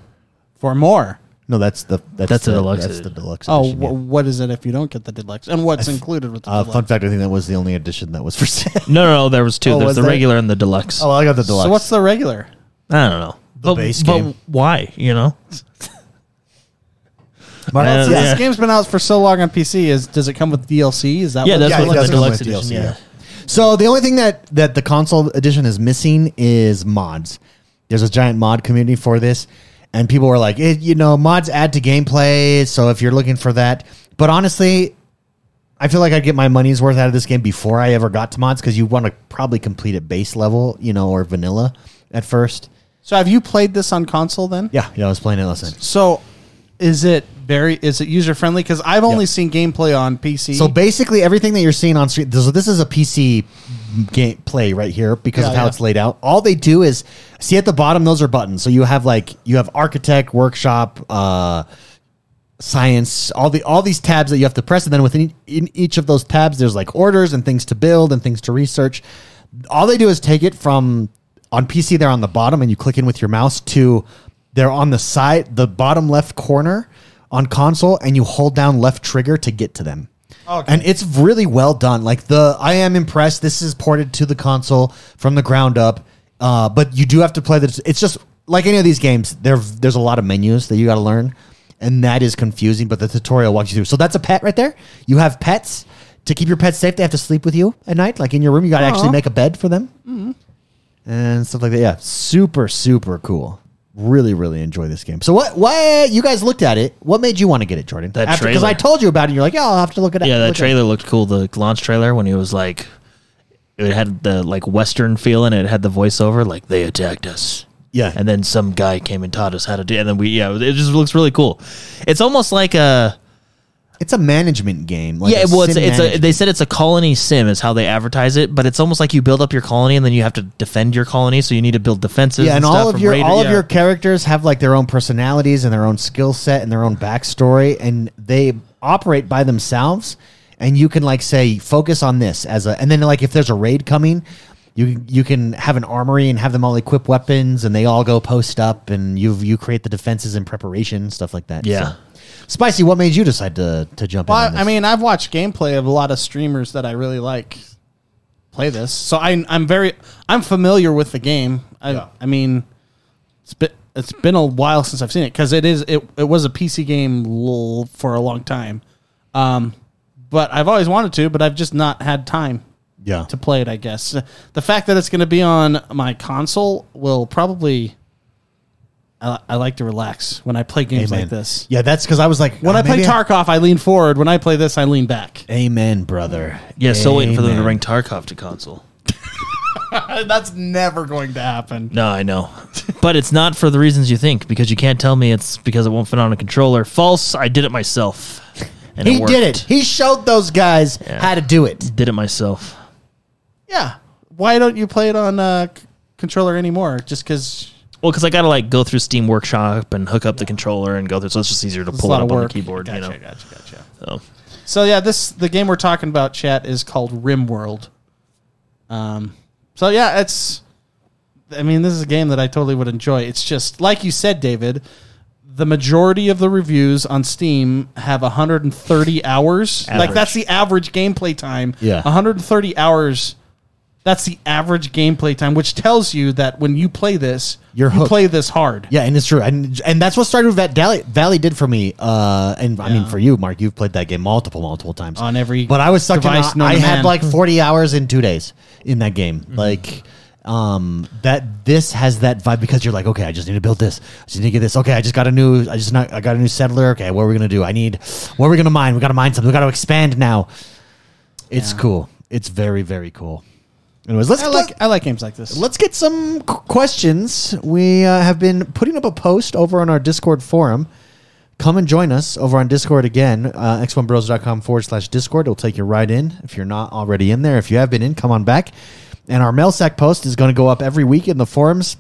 Speaker 3: For more.
Speaker 1: No, that's the that's,
Speaker 2: That's a
Speaker 1: the,
Speaker 2: deluxe
Speaker 1: That's the
Speaker 2: edition.
Speaker 1: deluxe.
Speaker 3: Oh,
Speaker 1: edition, yeah.
Speaker 3: wh- what is it if you don't get the deluxe? And what's included with the
Speaker 1: uh,
Speaker 3: deluxe?
Speaker 1: fun fact: I think that was the only edition that was for sale.
Speaker 2: No, no, no. There was two.
Speaker 1: Oh,
Speaker 2: There's
Speaker 1: was
Speaker 2: the
Speaker 1: there?
Speaker 2: regular and the deluxe.
Speaker 1: oh, I got the deluxe.
Speaker 3: So what's the regular?
Speaker 2: I don't know. but,
Speaker 1: base
Speaker 2: but
Speaker 1: game.
Speaker 2: why? You know,
Speaker 1: Mark,
Speaker 2: Uh,
Speaker 1: that's-
Speaker 2: yeah.
Speaker 1: that's-
Speaker 3: This game's been out for so long on PC. Is does it come with DLC? Is that
Speaker 2: yeah,
Speaker 3: what
Speaker 2: that's
Speaker 1: yeah, it
Speaker 2: what like
Speaker 1: does
Speaker 2: the
Speaker 1: come
Speaker 2: deluxe
Speaker 1: with
Speaker 2: edition.
Speaker 1: DLC,
Speaker 2: yeah.
Speaker 1: yeah. So the only thing that that the console edition is missing is mods. There's a giant mod community for this, and people were like, it, you know, mods add to gameplay. So if you're looking for that, but honestly, I feel like I'd get my money's worth out of this game before I ever got to mods because you want to probably complete at base level, you know, or vanilla at first.
Speaker 3: So have you played this on console then?
Speaker 1: Yeah, yeah, I was playing it last night.
Speaker 3: So is it very is it user friendly? Because I've only
Speaker 1: Yep.
Speaker 3: seen gameplay on PC.
Speaker 1: So basically, everything that you're seeing on stream, this, this is a PC game play right here because
Speaker 3: Yeah,
Speaker 1: of how
Speaker 3: yeah.
Speaker 1: it's laid out. All they do is see at the bottom; those are buttons. So you have like you have architect, workshop, uh, science, all the all these tabs that you have to press, and then within e, in each of those tabs, there's like orders and things to build and things to research. All they do is take it from on PC. They're on the bottom, and you click in with your mouse to they're on the side, the bottom left corner on console, and you hold down left trigger to get to them.
Speaker 3: Okay.
Speaker 1: And it's really well done. Like the I am impressed. This is ported to the console from the ground up. Uh, but you do have to play this. It's just like any of these games. There, there's a lot of menus that you got to learn, and that is confusing. But the tutorial walks you through. So that's a pet right there. You have pets. To keep your pets safe, they have to sleep with you at night, like in your room. You got to actually
Speaker 3: Aw.
Speaker 1: make a bed for them and stuff like that. Yeah, super, super cool. Really, really enjoy this game. So what? Why you guys looked at it? What made you want to get it, Jordan?
Speaker 2: That
Speaker 1: Because I
Speaker 2: trailer.
Speaker 1: told you about it. and You're like, yeah, I'll have to look it up.
Speaker 2: Yeah,
Speaker 1: look
Speaker 2: that
Speaker 1: it up."
Speaker 2: trailer looked cool. The launch trailer when it was like, it had the like Western feel and it had the voiceover like they attacked us.
Speaker 1: Yeah.
Speaker 2: and then some guy came and taught us how to do. And then we yeah, it just looks really cool. It's almost like a
Speaker 1: It's a management game. Like
Speaker 2: yeah.
Speaker 1: a
Speaker 2: Well, it's
Speaker 1: sim
Speaker 2: it's a,
Speaker 1: management-
Speaker 2: they said it's a colony sim is how they advertise it, but it's almost like you build up your colony and then you have to defend your colony, so you need to build defenses.
Speaker 1: yeah, and
Speaker 2: stuff
Speaker 1: all of
Speaker 2: from
Speaker 1: your
Speaker 2: radar-
Speaker 1: all of
Speaker 2: yeah.
Speaker 1: your characters have like their own personalities and their own skill set and their own backstory, and they operate by themselves. And you can like say focus on this as a, and then like if there's a raid coming, you you can have an armory and have them all equip weapons, and they all go post up, and you you create the defenses in preparation, stuff like that.
Speaker 2: Yeah.
Speaker 1: So- Spicy, what made you decide to to jump in?
Speaker 3: Well,
Speaker 1: on
Speaker 3: I
Speaker 1: this?
Speaker 3: mean, I've watched gameplay of a lot of streamers that I really like play this, so I, I'm very I'm familiar with the game. I, I mean, it's been it's been a while since I've seen it because it is it, it was a PC game l- for a long time, um, but I've always wanted to, but I've just not had time
Speaker 1: yeah,
Speaker 3: to play it. I guess the fact that it's going to be on my console will probably. I, I like to relax when I play games
Speaker 1: Amen.
Speaker 3: like this.
Speaker 1: Yeah, that's because I was like
Speaker 3: When
Speaker 2: Uh,
Speaker 1: oh,
Speaker 3: I play
Speaker 1: maybe
Speaker 3: Tarkov, I lean forward. When I play this, I lean back.
Speaker 1: Amen, brother.
Speaker 2: yeah. So waiting for them to
Speaker 1: Amen.
Speaker 2: bring Tarkov to console.
Speaker 3: That's never going to happen.
Speaker 2: No, I know. but it's not for the reasons you think, because you can't tell me it's because it won't fit on a controller. False, I did it myself. And
Speaker 1: He did it.
Speaker 2: worked.
Speaker 1: He showed those guys how to do it.
Speaker 2: Did it myself.
Speaker 3: Yeah. Why don't you play it on uh, c- controller anymore? Just because
Speaker 2: Well, because I gotta like go through Steam Workshop and hook up the controller and go through, so it's just easier to
Speaker 3: It's a
Speaker 2: pull
Speaker 3: lot
Speaker 2: it
Speaker 3: of
Speaker 2: up on the
Speaker 3: work.
Speaker 2: keyboard.
Speaker 3: Gotcha,
Speaker 2: you know,
Speaker 3: gotcha, gotcha.
Speaker 2: so.
Speaker 3: So yeah, this the game we're talking about, chat, is called RimWorld. Um, so yeah, it's. I mean, this is a game that I totally would enjoy. It's just like you said, David. The majority of the reviews on Steam have 130 hours. Like
Speaker 2: Average.
Speaker 3: that's the average gameplay time.
Speaker 1: Yeah.
Speaker 3: 130 hours. That's the average gameplay time, which tells you that when you play this,
Speaker 1: You're
Speaker 3: you
Speaker 1: hooked.
Speaker 3: play this hard.
Speaker 1: Yeah, and it's true, and and that's what Stardew Va- Valley, Valley did for me. Uh, and I mean
Speaker 3: Yeah.
Speaker 1: for you, Mark, you've played that game multiple, multiple times
Speaker 3: On every
Speaker 1: But I was sucked in.
Speaker 3: device known
Speaker 1: I
Speaker 3: to
Speaker 1: had
Speaker 3: man. Mm-hmm.
Speaker 1: like forty hours in two days in that game. Like, um, that this has that vibe because you're like, okay, I just need to build this. I just need to get this. Okay, I just got a new. I just not. I got a new settler. Okay, what are we gonna do? I need. What are we gonna mine? We gotta mine something. We gotta expand now. It's cool. It's very very cool. Anyways, let's
Speaker 3: I like I like games like this.
Speaker 1: Let's get some qu- questions. We uh, have been putting up a post over on our Discord forum. Come and join us over on Discord again, uh, x1bros.com forward slash Discord. It'll take you right in if you're not already in there. If you have been in, come on back. And our MailSack post is going to go up every week in the forums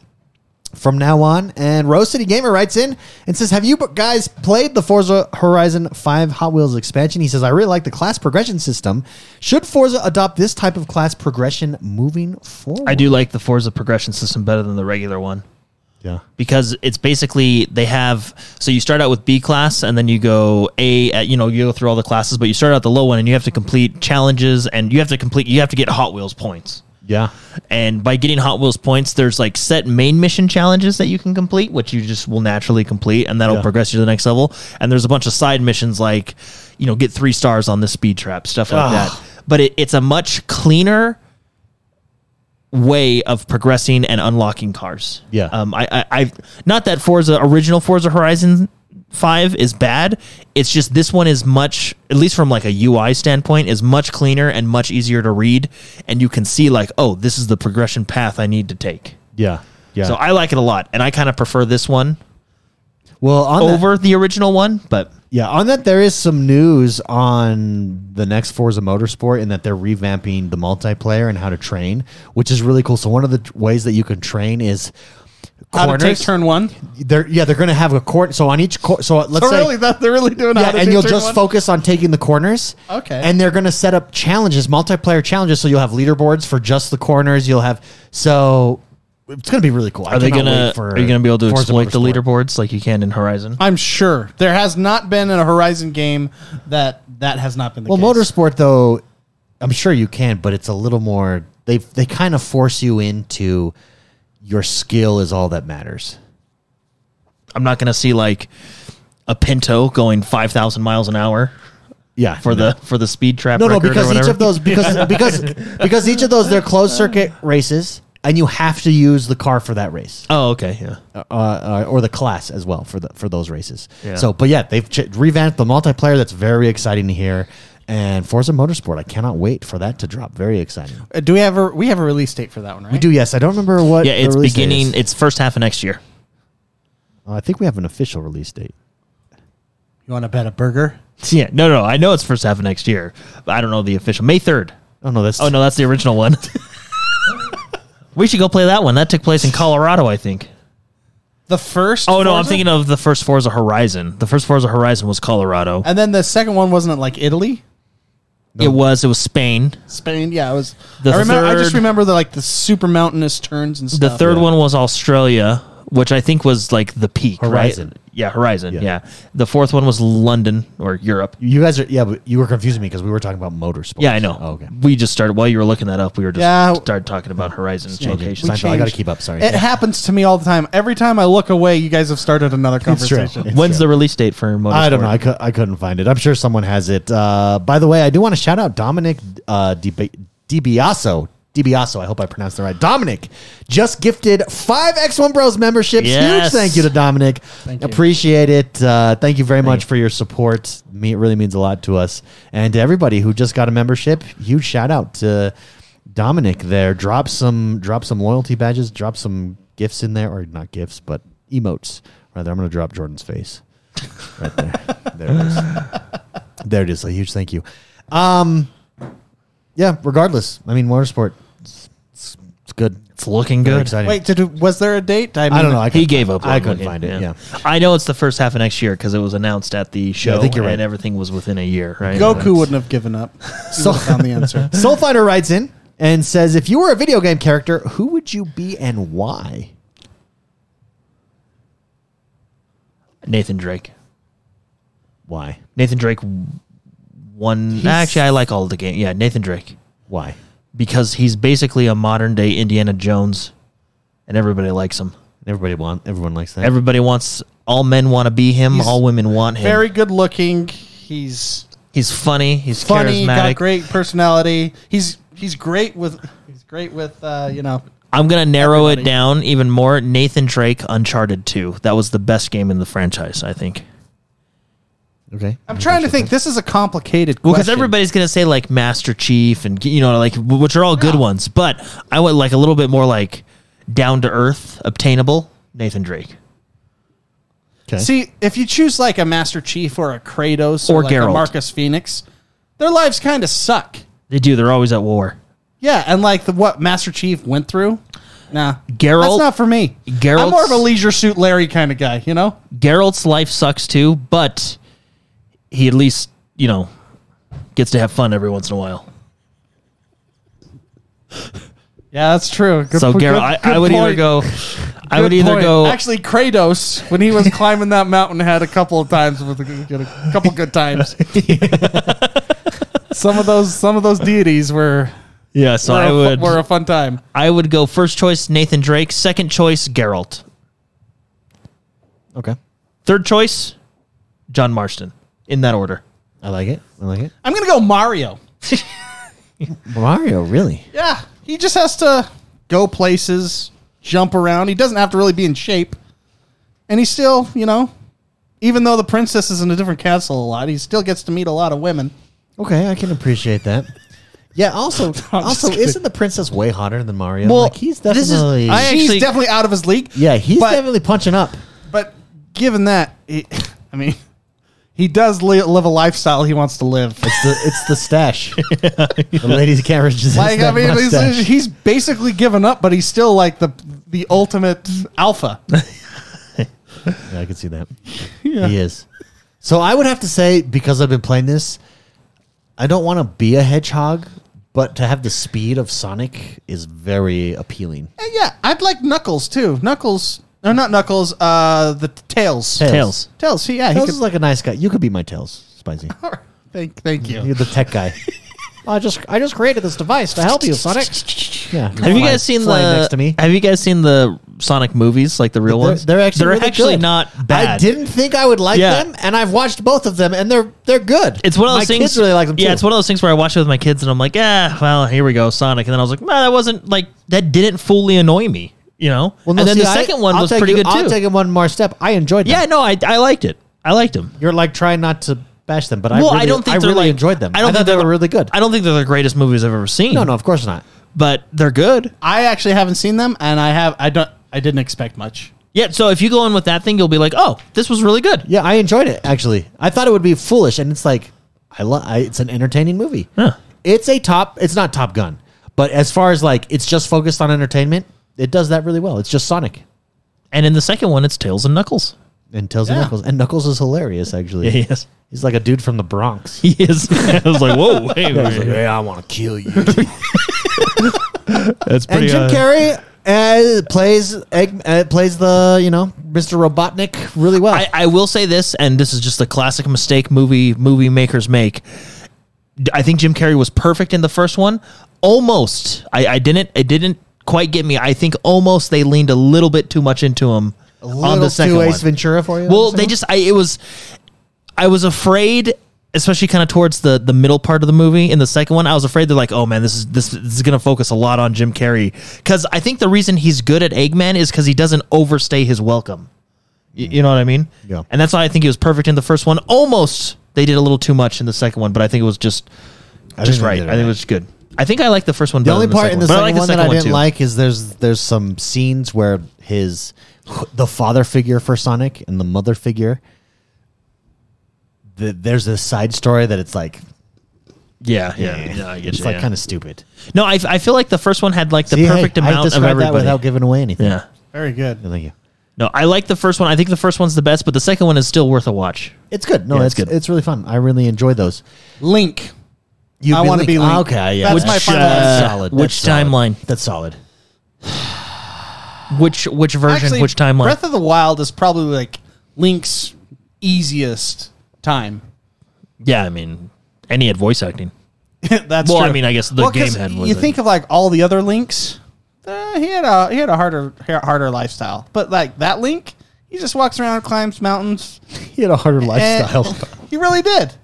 Speaker 1: from now on. And Rose City Gamer writes in and says, Have you b- guys played the Forza Horizon 5 Hot Wheels expansion? He says, I really like the class progression system. Should Forza adopt this type of class progression moving forward?
Speaker 2: I do like the Forza progression system better than the regular one.
Speaker 1: Yeah.
Speaker 2: because it's basically they have so you start out with B class and then you go A at you know you go through all the classes but you start out the low one and you have to complete challenges and you have to complete you have to get Hot Wheels points
Speaker 1: Yeah.
Speaker 2: and by getting Hot Wheels points there's like set main mission challenges that you can complete which you just will naturally complete and that'll
Speaker 1: Yeah.
Speaker 2: progress you to the next level and there's a bunch of side missions like you know get 3 stars on this speed trap stuff like
Speaker 1: Ah.
Speaker 2: that but it, it's a much cleaner way of progressing and unlocking cars.
Speaker 1: Yeah.
Speaker 2: Um. I. I. I not that Forza original Forza Horizon Five is bad. It's just this one is much, at least from like a UI standpoint, is much cleaner and much easier to read, and you can see like, oh, this is the progression path I need to take.
Speaker 1: Yeah. Yeah.
Speaker 2: So I like it a lot, and I kind of prefer this one
Speaker 1: well, on that-
Speaker 2: over the original one. But
Speaker 1: yeah, on that there is some news on the next Forza Motorsport in that they're revamping the multiplayer and how to train, which is really cool. So one of the t- ways that you can train is
Speaker 3: How to take
Speaker 1: corners.
Speaker 3: turn one?
Speaker 1: They're yeah, they're going to have a court. So on each court, so let's
Speaker 3: Oh,
Speaker 1: say
Speaker 3: really? That they're really doing? how
Speaker 1: yeah,
Speaker 3: to
Speaker 1: and
Speaker 3: do
Speaker 1: you'll
Speaker 3: turn
Speaker 1: just
Speaker 3: one?
Speaker 1: focus on taking the corners.
Speaker 3: Okay.
Speaker 1: And they're going to set up challenges, multiplayer challenges. So you'll have leaderboards for just the corners. You'll have so it's going to be really cool.
Speaker 2: are they gonna are you gonna be able to exploit the leaderboards like you can in Horizon?
Speaker 3: I'm sure there has not been a Horizon game that that has not been the
Speaker 1: Well,
Speaker 3: case.
Speaker 1: motorsport though, I'm sure you can, but it's a little more. They they kind of force you into your skill is all that matters.
Speaker 2: I'm not gonna see like a Pinto going five thousand miles an hour.
Speaker 1: Yeah,
Speaker 2: for the for the speed trap.
Speaker 1: no no
Speaker 2: record or
Speaker 1: because each
Speaker 2: whatever.
Speaker 1: of those because because because each of those they're closed circuit races, and you have to use the car for that race.
Speaker 2: Oh, okay, yeah.
Speaker 1: uh, uh, or the class as well for the, for those races.
Speaker 2: Yeah.
Speaker 1: So, but yeah, they've ch- revamped the multiplayer. That's very exciting to hear. And Forza Motorsport, I cannot wait for that to drop. Very exciting.
Speaker 3: Uh, do we ever we have a release date for that one? Right?
Speaker 1: We do. Yes, I don't remember what.
Speaker 2: Yeah,
Speaker 1: the
Speaker 2: it's
Speaker 1: release date
Speaker 2: beginning.
Speaker 1: is.
Speaker 2: It's first half of next year.
Speaker 1: Uh, I think we have an official release date.
Speaker 3: You want to bet a burger?
Speaker 2: Yeah, no, no. I know it's first half of next year. But I don't know the official May third.
Speaker 1: Oh no, that's
Speaker 2: Oh no, that's the original one. we should go play that one. That took place in Colorado, I think.
Speaker 3: The first.
Speaker 2: Oh no, I'm
Speaker 3: Forza?
Speaker 2: thinking of the first Forza Horizon. The first Forza Horizon was Colorado.
Speaker 3: And then the second one wasn't it like Italy,
Speaker 2: It was. It was Spain.
Speaker 3: Spain? Yeah, it was.
Speaker 2: The
Speaker 3: I remember. I just
Speaker 2: third-
Speaker 3: remember the like the super mountainous turns and
Speaker 2: The
Speaker 3: stuff.
Speaker 2: third one was Australia, which I think was like the peak. right?
Speaker 1: Horizon.
Speaker 2: Yeah, Horizon.
Speaker 1: Yeah.
Speaker 2: Yeah. The fourth one was London or Europe.
Speaker 1: you guys are. Yeah, but you were confusing me because we were talking about motorsport.
Speaker 2: Yeah, I know.
Speaker 1: Oh, okay.
Speaker 2: We just started while you were looking that up. We were just
Speaker 3: Yeah.
Speaker 2: started talking about Horizon
Speaker 1: Seinfeld,
Speaker 2: locations.
Speaker 1: I got to
Speaker 3: changed.
Speaker 1: keep up. Sorry.
Speaker 3: It happens to me all the time. Every time I look away, you guys have started another
Speaker 1: true.
Speaker 3: conversation.
Speaker 1: It's
Speaker 2: When's
Speaker 1: true.
Speaker 2: the release date for Motorsport?
Speaker 1: I don't know. I, cou- I couldn't find it. I'm sure someone has it. Uh, by the way, I do want to shout out Dominic uh, DiB- DiBiaso. DiBiaso, I hope I pronounced that right. Dominic just gifted five X1 Bros memberships. Huge
Speaker 2: Yes.
Speaker 1: thank you to Dominic.
Speaker 3: Thank you.
Speaker 1: Appreciate it. Uh, thank you very much for your support. Me, it really means a lot to us. And to everybody who just got a membership, huge shout out to Dominic there. Drop some, drop some loyalty badges, drop some gifts in there, or not gifts, but emotes. Rather, I'm going to drop Jordan's face right there. there it is. There it is. A huge thank you. Um, yeah. Regardless, I mean, motorsport. It's, it's, it's good.
Speaker 2: It's looking
Speaker 1: Very
Speaker 2: good.
Speaker 1: exciting.
Speaker 3: Wait, did, was there a date?
Speaker 1: I don't know. I
Speaker 2: he
Speaker 1: couldn't-
Speaker 2: gave up.
Speaker 1: I
Speaker 2: on
Speaker 1: couldn't
Speaker 2: looking,
Speaker 1: find it. Yeah.
Speaker 2: I know it's the first half of next year because it was announced at the show.
Speaker 1: think you're right.
Speaker 2: And everything was within a year, right?
Speaker 3: Goku wouldn't have given up. He
Speaker 1: So-
Speaker 3: would have found the answer.
Speaker 1: Soul Fighter writes in and says, "If you were a video game character, who would you be and why?"
Speaker 2: Nathan Drake.
Speaker 1: Why?
Speaker 2: Nathan Drake won. Actually, I like all the game. Yeah, Nathan Drake
Speaker 1: Why?
Speaker 2: because he's basically a modern day Indiana Jones, and everybody likes him.
Speaker 1: Everybody want. Everyone likes that.
Speaker 2: Everybody wants. All men want to be him.
Speaker 3: He's
Speaker 2: all women want him.
Speaker 3: Very good looking. He's
Speaker 2: he's funny. He's
Speaker 3: funny. Got
Speaker 2: charismatic.
Speaker 3: great personality. He's he's great with he's great with uh, you know.
Speaker 2: I'm gonna narrow it
Speaker 3: Everybody.
Speaker 2: down even more. Nathan Drake, Uncharted Two. That was the best game in the franchise, I think.
Speaker 1: okay.
Speaker 3: I'm trying to think. This is a complicated.
Speaker 2: Well, because
Speaker 3: question.
Speaker 2: everybody's gonna say like Master Chief and you know like w- which are all good ones, but I went like a little bit more like down to earth, obtainable. Nathan Drake
Speaker 1: Okay.
Speaker 3: See, if you choose like a Master Chief or a Kratos or,
Speaker 2: Or
Speaker 3: like a
Speaker 2: Geralt.
Speaker 3: Marcus Phoenix, their lives kind of suck.
Speaker 2: They do. They're always at war.
Speaker 3: Yeah, and like the, what Master Chief went through. Nah,
Speaker 2: Geralt-
Speaker 3: That's not for me. I'm
Speaker 2: Geralt's-
Speaker 3: more of a leisure suit Larry kind of guy. You know,
Speaker 2: Geralt's life sucks too, but he at least you know gets to have fun every once in a while.
Speaker 3: Yeah, that's true. Good,
Speaker 2: so
Speaker 3: good-
Speaker 2: Geralt, I,
Speaker 3: good
Speaker 2: I would either
Speaker 3: point.
Speaker 2: go. I would
Speaker 3: Good
Speaker 2: either
Speaker 3: point.
Speaker 2: go.
Speaker 3: Actually, Kratos, when he was climbing that mountain, had a couple of times with a, a couple good times. some of those, some of those deities were
Speaker 2: yeah, so
Speaker 3: were,
Speaker 2: I
Speaker 3: a, fu-
Speaker 2: would.
Speaker 3: were a fun time.
Speaker 2: I would go first choice Nathan Drake, second choice Geralt,
Speaker 1: Okay.
Speaker 2: third choice John Marston. In that order.
Speaker 1: I like it. I like it.
Speaker 3: I'm gonna go Mario.
Speaker 1: Mario, really?
Speaker 3: Yeah, he just has to go places, jump around. He doesn't have to really be in shape, and he's still, you know, even though the princess is in a different castle a lot, he still gets to meet a lot of women.
Speaker 1: Okay, I can appreciate that. Yeah. Also, also,
Speaker 3: kidding.
Speaker 1: isn't the princess way hotter than Mario?
Speaker 2: Well,
Speaker 1: like, he's
Speaker 2: this is-
Speaker 1: definitely.
Speaker 2: I-
Speaker 3: He's
Speaker 2: actually-
Speaker 3: definitely out of his league.
Speaker 1: yeah, he's
Speaker 3: but-
Speaker 1: definitely punching up.
Speaker 3: But given that, he, I mean, he does li- live a lifestyle he wants to live.
Speaker 1: It's the it's the stash. The ladies can't resist
Speaker 3: Like I
Speaker 1: that
Speaker 3: mean, he's,
Speaker 1: mustache.
Speaker 3: he's basically given up, but he's still like the the ultimate alpha.
Speaker 1: Yeah, I can see that. He is. So I would have to say because I've been playing this, I don't want to be a hedgehog, but to have the speed of Sonic is very appealing.
Speaker 3: And yeah, I'd like Knuckles too. Knuckles, no, not Knuckles. Uh, the tails.
Speaker 1: Tails.
Speaker 2: Tails.
Speaker 3: Tails. he- Yeah, he
Speaker 1: Tails
Speaker 3: could.
Speaker 1: is like a nice guy. You could be my Tails, Spicy.
Speaker 3: thank, thank you.
Speaker 1: You're the tech guy. I just I just created this device to help you, Sonic. Yeah.
Speaker 2: Have you guys seen the
Speaker 1: next to me?
Speaker 2: Have you guys seen the Sonic movies, like the real
Speaker 1: They're,
Speaker 2: ones?
Speaker 1: they're actually
Speaker 2: they're
Speaker 1: really
Speaker 2: actually
Speaker 1: good.
Speaker 2: not bad.
Speaker 1: I didn't think I would like
Speaker 2: Yeah.
Speaker 1: them, and I've watched both of them, and they're they're good.
Speaker 2: It's one of
Speaker 1: my
Speaker 2: those things.
Speaker 1: Kids really like them.
Speaker 2: Yeah,
Speaker 1: too.
Speaker 2: it's one of those things where I watch it with my kids, and I'm like, yeah, well, here we go, Sonic. And then I was like, man, that wasn't like that didn't fully annoy me, you know.
Speaker 1: Well, no,
Speaker 2: and then
Speaker 1: see,
Speaker 2: the
Speaker 1: I-
Speaker 2: second one
Speaker 1: I'll
Speaker 2: was
Speaker 1: take
Speaker 2: pretty
Speaker 1: you-
Speaker 2: good too.
Speaker 1: I'll take it one more step. I enjoyed. Them.
Speaker 2: yeah, no, I I liked it. I liked them.
Speaker 1: You're like trying not to bash them, but
Speaker 2: Well,
Speaker 1: I, really,
Speaker 2: I don't think
Speaker 1: I
Speaker 2: they're
Speaker 1: really
Speaker 2: like,
Speaker 1: enjoyed them.
Speaker 2: I don't
Speaker 1: thought
Speaker 2: think
Speaker 1: they
Speaker 2: they're-
Speaker 1: were really good.
Speaker 2: I don't think they're the greatest movies I've ever seen.
Speaker 1: no, no, of course not.
Speaker 2: but they're good.
Speaker 3: I actually haven't seen them, and I have. I don't. I didn't expect much.
Speaker 2: Yeah. So if you go in with that thing, you'll be like, oh, this was really good.
Speaker 1: Yeah, I enjoyed it actually. I thought it would be foolish, and it's like I love. I, it's an entertaining movie.
Speaker 2: Huh.
Speaker 1: It's a top. It's not Top Gun, but as far as like it's just focused on entertainment, it does that really well. It's just Sonic
Speaker 2: And in the second one, it's Tails and Knuckles.
Speaker 1: and Tails and
Speaker 3: Yeah.
Speaker 1: Knuckles, and Knuckles is hilarious actually.
Speaker 2: Yeah, he is.
Speaker 1: He's like a dude from the Bronx.
Speaker 2: He is. I was like, whoa, hey,
Speaker 1: He's like, hey, I want to kill you.
Speaker 2: that's
Speaker 1: and Jim Carrey uh, plays egg, uh, plays the you know Mr. Robotnik really well.
Speaker 2: I, I will say this, and this is just a classic mistake movie movie makers make. D- I think Jim Carrey was perfect in the first one. Almost, I, I didn't. It didn't quite get me. I think almost they leaned a little bit too much into him on the second
Speaker 1: too
Speaker 2: one.
Speaker 1: Ace Ventura for you. on
Speaker 2: Well,
Speaker 1: the
Speaker 2: they
Speaker 1: second
Speaker 2: just I it was I was afraid especially kind of towards the the middle part of the movie in the second one I was afraid they're like oh man this is this, this is going to focus a lot on Jim Carrey cuz I think the reason he's good at Eggman is cuz he doesn't overstay his welcome. Y- you know what I mean?
Speaker 1: Yeah.
Speaker 2: And that's why I think he was perfect in the first one. Almost they did a little too much in the second one, but I think it was just
Speaker 1: I
Speaker 2: just
Speaker 1: think they
Speaker 2: right.
Speaker 1: did it
Speaker 2: I
Speaker 1: right.
Speaker 2: think it was good. I think I like the first one
Speaker 1: The
Speaker 2: better
Speaker 1: only
Speaker 2: than
Speaker 1: part in the
Speaker 2: but
Speaker 1: second,
Speaker 2: I like
Speaker 1: one that I didn't
Speaker 2: too.
Speaker 1: like is there's there's some scenes where his the father figure for Sonic and the mother figure. The, there's this side story that it's like eh,
Speaker 2: Yeah, yeah, yeah. I get
Speaker 1: it's
Speaker 2: you.
Speaker 1: like
Speaker 2: yeah.
Speaker 1: kind of stupid.
Speaker 2: no, I, f- I feel like the first one had like the
Speaker 1: See, I-
Speaker 2: perfect
Speaker 1: I
Speaker 2: amount of
Speaker 1: described
Speaker 2: everybody.
Speaker 1: that without giving away anything.
Speaker 2: yeah.
Speaker 3: Very good.
Speaker 1: Thank you.
Speaker 2: No, I like the first one. I think the first one's the best, but the second one is still worth a watch.
Speaker 1: It's good. No,
Speaker 2: Yeah,
Speaker 1: it's
Speaker 2: it's
Speaker 1: good.
Speaker 2: good.
Speaker 1: It's really fun. I really enjoy those.
Speaker 3: Link.
Speaker 1: You ah,
Speaker 3: I wanna be Link.
Speaker 1: Okay, yeah.
Speaker 3: That's my final
Speaker 1: that's
Speaker 2: answer. uh, Which timeline?
Speaker 1: That's solid.
Speaker 2: Which which version?
Speaker 3: Actually,
Speaker 2: which timeline?
Speaker 3: Breath of the Wild is probably like Link's easiest time.
Speaker 2: yeah, I mean, and he had voice acting.
Speaker 3: That's
Speaker 2: Well, I
Speaker 3: true.
Speaker 2: mean, I guess the
Speaker 3: 'cause
Speaker 2: game had
Speaker 3: You
Speaker 2: was it.
Speaker 3: think of like all the other links. Uh, he had a he had a harder ha- harder lifestyle, but like that Link, he just walks around, climbs mountains.
Speaker 1: He had a harder
Speaker 3: and-
Speaker 1: lifestyle.
Speaker 3: he really did.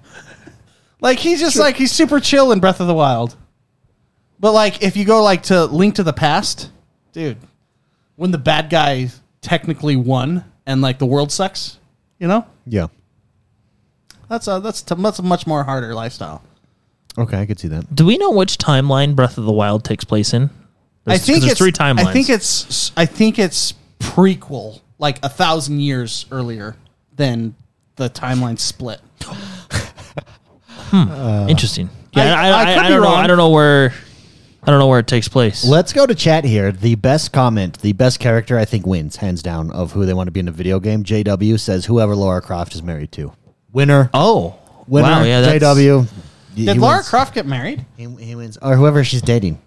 Speaker 3: Like he's just like he's super chill in Breath of the Wild. But like if you go like to Link to the Past, dude, when the bad guy technically won and like the world sucks, you know,
Speaker 1: yeah.
Speaker 3: that's a that's a, that's a much more harder lifestyle.
Speaker 1: Okay, I could see that.
Speaker 2: Do we know which timeline Breath of the Wild takes place in? There's- 'cause there's three timelines.
Speaker 3: I think it's I think it's prequel, like a thousand years earlier than the timeline split.
Speaker 1: Uh,
Speaker 2: interesting. Yeah,
Speaker 3: I-
Speaker 2: I, I,
Speaker 3: I could
Speaker 2: I
Speaker 3: be
Speaker 2: don't know.
Speaker 3: wrong.
Speaker 2: I don't know where. I don't know where it takes place.
Speaker 1: Let's go to chat here. The best comment, the best character, I think wins hands down of who they want to be in a video game. JW says whoever Laura Croft is married to. Winner.
Speaker 2: oh,
Speaker 1: Winner.
Speaker 2: wow, yeah, that's,
Speaker 1: JW. He-
Speaker 3: Did
Speaker 1: he
Speaker 3: Lara
Speaker 1: wins.
Speaker 3: Croft get married?
Speaker 1: He, he wins, or whoever she's dating.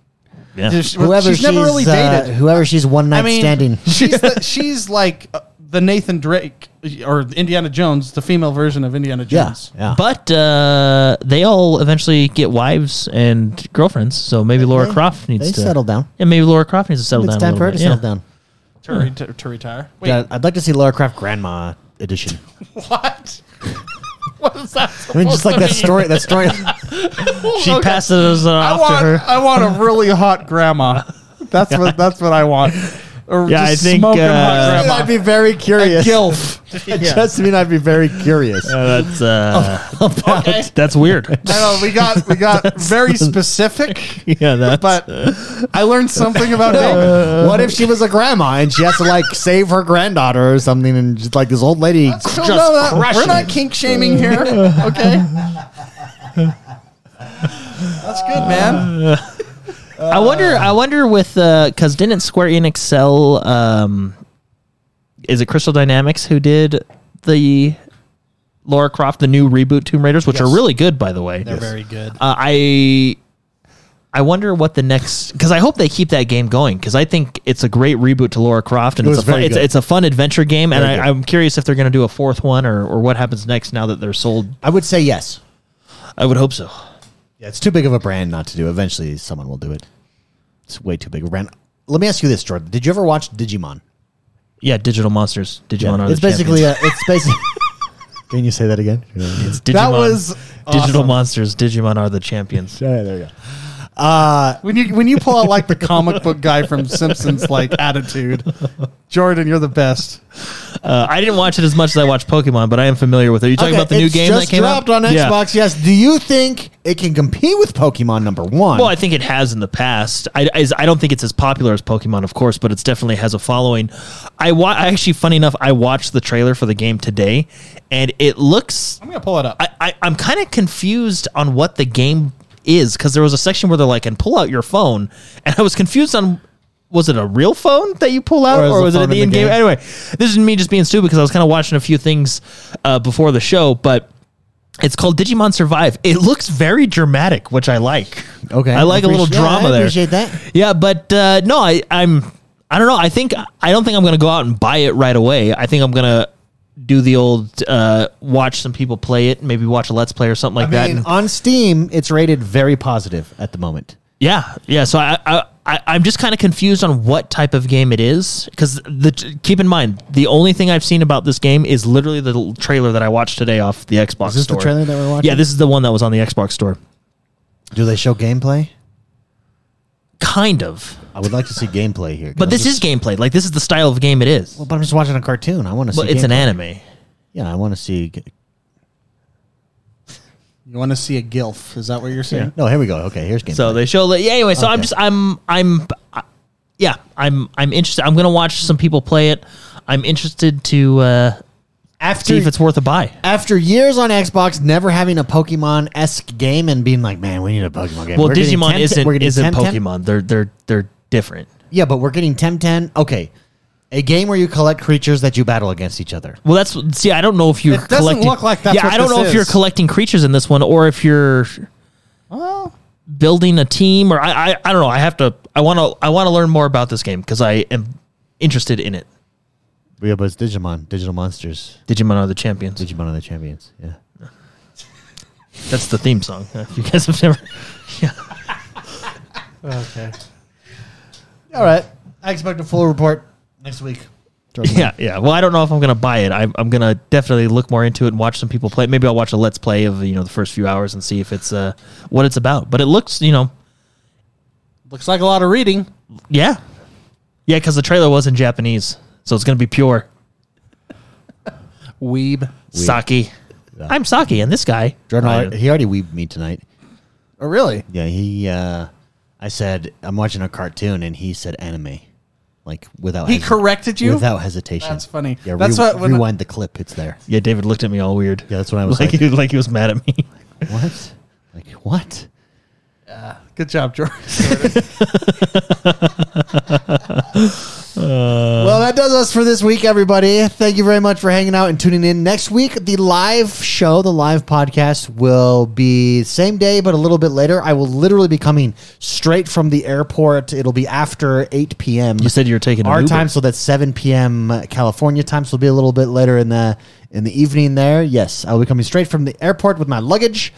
Speaker 2: yeah.
Speaker 1: Whoever
Speaker 3: she's, never really
Speaker 1: uh,
Speaker 3: dated.
Speaker 1: whoever she's one night
Speaker 3: I mean,
Speaker 1: standing.
Speaker 3: she's the, she's like uh, the Nathan Drake or Indiana Jones, the female version of Indiana
Speaker 1: Yeah,
Speaker 3: Jones.
Speaker 1: yeah.
Speaker 2: But uh, they all eventually get wives and girlfriends, so maybe Laura
Speaker 1: They-
Speaker 2: Croft needs
Speaker 1: they
Speaker 2: to
Speaker 1: settle down.
Speaker 2: Yeah, maybe Laura Croft needs to settle
Speaker 1: it's
Speaker 2: down.
Speaker 1: time
Speaker 2: a
Speaker 1: for her to
Speaker 2: little bit.
Speaker 1: settle
Speaker 2: yeah.
Speaker 1: down.
Speaker 3: To, re- to, to retire. Wait,
Speaker 1: Yeah, I'd like to see Laura Croft Grandma edition.
Speaker 3: what? what is that?
Speaker 1: I mean, just like that story. That story.
Speaker 2: She passes uh, it
Speaker 3: I
Speaker 2: off
Speaker 3: want
Speaker 2: to her.
Speaker 3: I want a really hot grandma. That's what that's what I want. Or
Speaker 2: Yeah, I think,
Speaker 3: smoking
Speaker 2: uh,
Speaker 3: hot grandma.
Speaker 1: I'd be very curious.
Speaker 3: Gilf.
Speaker 1: Just mean I'd be very curious.
Speaker 2: Uh, that's uh,
Speaker 1: Oh,
Speaker 3: Okay.
Speaker 2: that's weird.
Speaker 3: I know we got we got very specific,
Speaker 2: yeah, that's
Speaker 3: but I learned something about David.
Speaker 1: what if she was a grandma and she has to like save her granddaughter or something, and just like this old lady?
Speaker 3: So no, no, we're not kink shaming here, okay? That's good,
Speaker 2: Uh,
Speaker 3: man.
Speaker 2: I wonder.
Speaker 1: uh,
Speaker 2: I wonder with because didn't Square Enix sell? Um, is it Crystal Dynamics who did the Laura Croft the new reboot Tomb Raiders, which are
Speaker 3: Yes.
Speaker 2: really good by the way. They're
Speaker 3: Very good.
Speaker 2: Uh, I I wonder what the next because I hope they keep that game going because I think it's a great reboot to Laura Croft and
Speaker 1: It
Speaker 2: it's
Speaker 1: was
Speaker 2: a fun,
Speaker 1: very
Speaker 2: it's,
Speaker 1: good.
Speaker 2: it's a fun adventure game and
Speaker 1: Very
Speaker 2: I,
Speaker 1: good.
Speaker 2: I'm curious if they're going to do a fourth one or or what happens next now that they're sold.
Speaker 1: I would say yes.
Speaker 2: I would hope so.
Speaker 1: Yeah, it's too big of a brand not to do. Eventually, someone will do it. It's way too big of a brand. Let me ask you this, Jordan. Did you ever watch Digimon?
Speaker 2: Yeah, Digital Monsters, Digimon.
Speaker 1: Yeah,
Speaker 2: are the
Speaker 1: it's basically
Speaker 2: champions.
Speaker 1: a, it's basically. Can you say that again?
Speaker 2: It's Digimon.
Speaker 3: That was
Speaker 2: Digital
Speaker 3: awesome.
Speaker 2: Monsters, Digimon are the champions.
Speaker 1: Yeah, there you go. Uh,
Speaker 3: When you when you pull out like the comic book guy from Simpsons like attitude, Jordan, you're the best.
Speaker 2: Uh, I didn't watch it as much as I watched Pokemon, but I am familiar with it. Are you talking
Speaker 1: okay,
Speaker 2: about the new
Speaker 1: it's
Speaker 2: game
Speaker 1: just
Speaker 2: that came
Speaker 1: dropped
Speaker 2: out
Speaker 1: on Xbox. Yes. Do you think it can compete with Pokemon number one?
Speaker 2: Well, I think it has in the past. I, I, I don't think it's as popular as Pokemon, of course, but it's definitely has a following. I wa- I actually, funny enough, I watched the trailer for the game today, and it looks.
Speaker 3: I'm gonna pull it up.
Speaker 2: I, I, I'm kind of confused on what the game is because there was a section where they're like, and pull out your phone. And I was confused on was it a real phone that you pull out
Speaker 1: Or
Speaker 2: or,
Speaker 1: is the
Speaker 2: was it
Speaker 1: phone in
Speaker 2: the
Speaker 1: the
Speaker 2: in game?
Speaker 1: game?
Speaker 2: Anyway, this is me just being stupid because I was kind of watching a few things uh, before the show, but. It's called Digimon Survive. It looks very dramatic, which I like.
Speaker 1: Okay.
Speaker 2: I like a little
Speaker 1: Appreci- yeah,
Speaker 2: drama
Speaker 1: I
Speaker 2: there.
Speaker 1: appreciate that.
Speaker 2: Yeah, but uh, no, I, I'm. I don't know. I think I don't think I'm gonna go out and buy it right away. I think I'm gonna do the old uh, watch some people play it, maybe watch a let's play or something like that.
Speaker 1: mean, uh
Speaker 2: and-
Speaker 1: on Steam, it's rated very positive at the moment.
Speaker 2: yeah, yeah. So I, I, I I'm just kind of confused on what type of game it is because the keep in mind the only thing I've seen about this game is literally the l- trailer that I watched today off the Xbox.
Speaker 1: Is this the
Speaker 2: store.
Speaker 1: trailer that we're watching?
Speaker 2: Yeah, this is the one that was on the Xbox store.
Speaker 1: Do they show gameplay?
Speaker 2: Kind of,
Speaker 1: I would like to see gameplay here.
Speaker 2: but this is gameplay. Like this is the style of game it is.
Speaker 1: Well, but I'm just watching a cartoon. I want to see.
Speaker 2: But it's an
Speaker 1: gameplay.
Speaker 2: anime.
Speaker 1: Yeah, I want to see. g-
Speaker 3: You want to see a gilf? Is that what you're saying?
Speaker 1: No, here we go. Okay, here's gameplay.
Speaker 2: So they show. Yeah. Anyway, so I'm
Speaker 1: Okay.
Speaker 2: just I'm I'm I, yeah I'm I'm interested. I'm gonna watch some people play it. I'm interested to uh
Speaker 1: after
Speaker 2: See if it's worth a buy.
Speaker 1: after years on Xbox, never having a Pokemon esque game and being like, man, we need a Pokemon game.
Speaker 2: Well,
Speaker 1: We're getting
Speaker 2: Digimon
Speaker 1: Temtem- we're
Speaker 2: isn't
Speaker 1: getting
Speaker 2: isn't
Speaker 1: Temtem.
Speaker 2: Pokemon. They're they're they're different.
Speaker 1: Yeah, but we're getting Temtem. Okay, a game where you collect creatures that you battle against each other.
Speaker 2: Well, that's see. I don't know if you're
Speaker 3: It doesn't
Speaker 2: collecting.
Speaker 3: look like that's
Speaker 2: yeah,
Speaker 3: what
Speaker 2: I don't
Speaker 3: this
Speaker 2: know if you're
Speaker 3: is.
Speaker 2: collecting creatures in this one or if you're
Speaker 3: Well,
Speaker 2: building a team or I I, I don't know. I have to. I want to. I want to learn more about this game because I am interested in it.
Speaker 1: Yeah, but it's Digimon, digital monsters.
Speaker 2: Digimon are the champions.
Speaker 1: Digimon are the champions.
Speaker 2: Oh,
Speaker 1: Yeah.
Speaker 2: That's the theme song. If you guys have never.
Speaker 4: Okay.
Speaker 1: All right, I expect a full report next week.
Speaker 2: Yeah, yeah. Well, I don't know if I'm gonna buy it. I, I'm gonna definitely look more into it and watch some people play. it. Maybe I'll watch a let's play of you know the first few hours and see if it's uh what it's about. But it looks you know
Speaker 3: looks like a lot of reading.
Speaker 2: yeah, yeah because the trailer was in Japanese, so it's gonna be pure
Speaker 3: Weeb.
Speaker 2: Saki. I'm Saki, and this guy.
Speaker 1: Jordan,
Speaker 2: I-
Speaker 1: already- he already weeped me tonight.
Speaker 3: Oh, really?
Speaker 1: Yeah, he. uh I said I'm watching a cartoon, and he said anime, like without.
Speaker 3: He corrected you?
Speaker 1: without hesitation.
Speaker 3: That's funny.
Speaker 1: Yeah,
Speaker 3: That's
Speaker 1: re-
Speaker 3: what- when-
Speaker 1: rewind the clip. It's there.
Speaker 2: yeah, David looked at me all weird.
Speaker 1: Yeah, that's what I was
Speaker 2: like.
Speaker 1: like.
Speaker 2: He, like he was mad at me.
Speaker 1: What? Like what?
Speaker 3: Good job, George.
Speaker 1: Well, that does us for this week, everybody. Thank you very much for hanging out and tuning in. Next week, the live show, the live podcast will be same day, but a little bit later. I will literally be coming straight from the airport. It'll be after 8 p.m.
Speaker 2: you said you were taking an
Speaker 1: our
Speaker 2: Uber.
Speaker 1: time, so that's 7 p.m. uh, California time. So it'll be a little bit later in the in the evening there. Yes, I'll be coming straight from the airport with my luggage.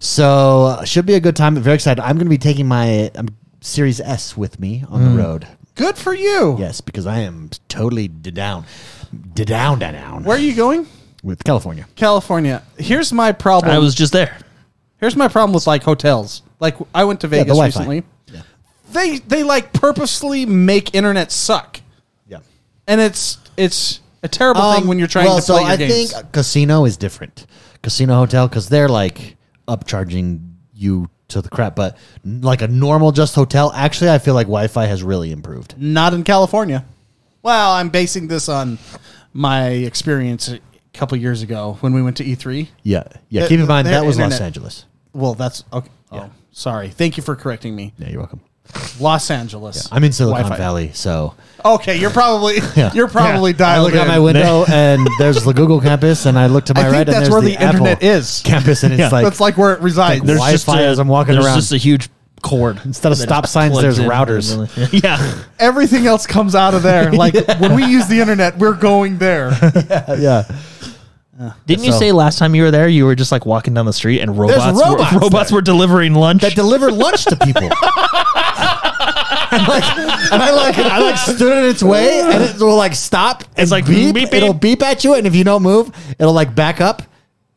Speaker 1: So uh, should be a good time. very excited. I'm going to be taking my um, Series S with me on
Speaker 3: Hmm.
Speaker 1: the road.
Speaker 3: Good for you.
Speaker 1: Yes, because I am totally da down, da down, da down
Speaker 3: Where are you going?
Speaker 1: with California.
Speaker 3: California. Here's my problem.
Speaker 2: I was just there.
Speaker 3: Here's my problem with like hotels. Like I went to
Speaker 1: the
Speaker 3: Vegas
Speaker 1: Wi-Fi.
Speaker 3: recently.
Speaker 1: Yeah.
Speaker 3: They they like purposely make internet suck,
Speaker 1: Yeah.
Speaker 3: and it's it's a terrible thing when you're trying to play
Speaker 1: Um, so
Speaker 3: your
Speaker 1: I
Speaker 3: games.
Speaker 1: think casino is different. Casino hotel because they're like upcharging you to the crap, but n- like a normal just hotel. Actually, I feel like Wi-Fi has really improved.
Speaker 3: Not in California. Well, I'm basing this on my experience a couple years ago when we went to E E3.
Speaker 1: Yeah, yeah.
Speaker 3: Th-
Speaker 1: Keep in mind
Speaker 3: their
Speaker 1: that was Los
Speaker 3: internet-
Speaker 1: Angeles.
Speaker 3: Well, that's okay. Oh, sorry. Thank you for correcting me.
Speaker 1: Yeah, you're welcome.
Speaker 3: Los Angeles.
Speaker 1: I'm in Silicon
Speaker 3: Wi-Fi.
Speaker 1: Valley, so
Speaker 3: Okay, you're probably
Speaker 1: Yeah.
Speaker 3: you're probably
Speaker 1: I
Speaker 3: dialed
Speaker 1: look
Speaker 3: in.
Speaker 1: out my window and there's the Google campus, and I look to my
Speaker 3: I think
Speaker 1: right, and
Speaker 3: that's
Speaker 1: there's
Speaker 3: where
Speaker 1: the,
Speaker 3: the internet
Speaker 1: Apple
Speaker 3: is.
Speaker 1: campus, and it's
Speaker 2: Yeah.
Speaker 1: like
Speaker 3: that's like where it resides.
Speaker 1: There's just Wi-Fi as I'm walking
Speaker 2: there's
Speaker 1: around.
Speaker 2: just a huge cord
Speaker 1: Instead of
Speaker 2: that
Speaker 1: stop
Speaker 2: is
Speaker 1: signs,
Speaker 2: plugged
Speaker 1: there's
Speaker 2: in.
Speaker 1: routers.
Speaker 2: yeah,
Speaker 3: everything else comes out of there. Like when we use the internet, we're going there.
Speaker 1: yeah.
Speaker 2: Didn't you
Speaker 1: So-
Speaker 2: say last time you were there, you were just like walking down the street and robots
Speaker 1: robots
Speaker 2: were, robots
Speaker 1: there.
Speaker 2: were delivering lunch?
Speaker 1: that delivered lunch to people. And, like, and I like I like stood in its way and it will like stop. and
Speaker 2: like
Speaker 1: beep.
Speaker 2: beep, beep.
Speaker 1: It'll beep at you, and if you don't move, it'll like back up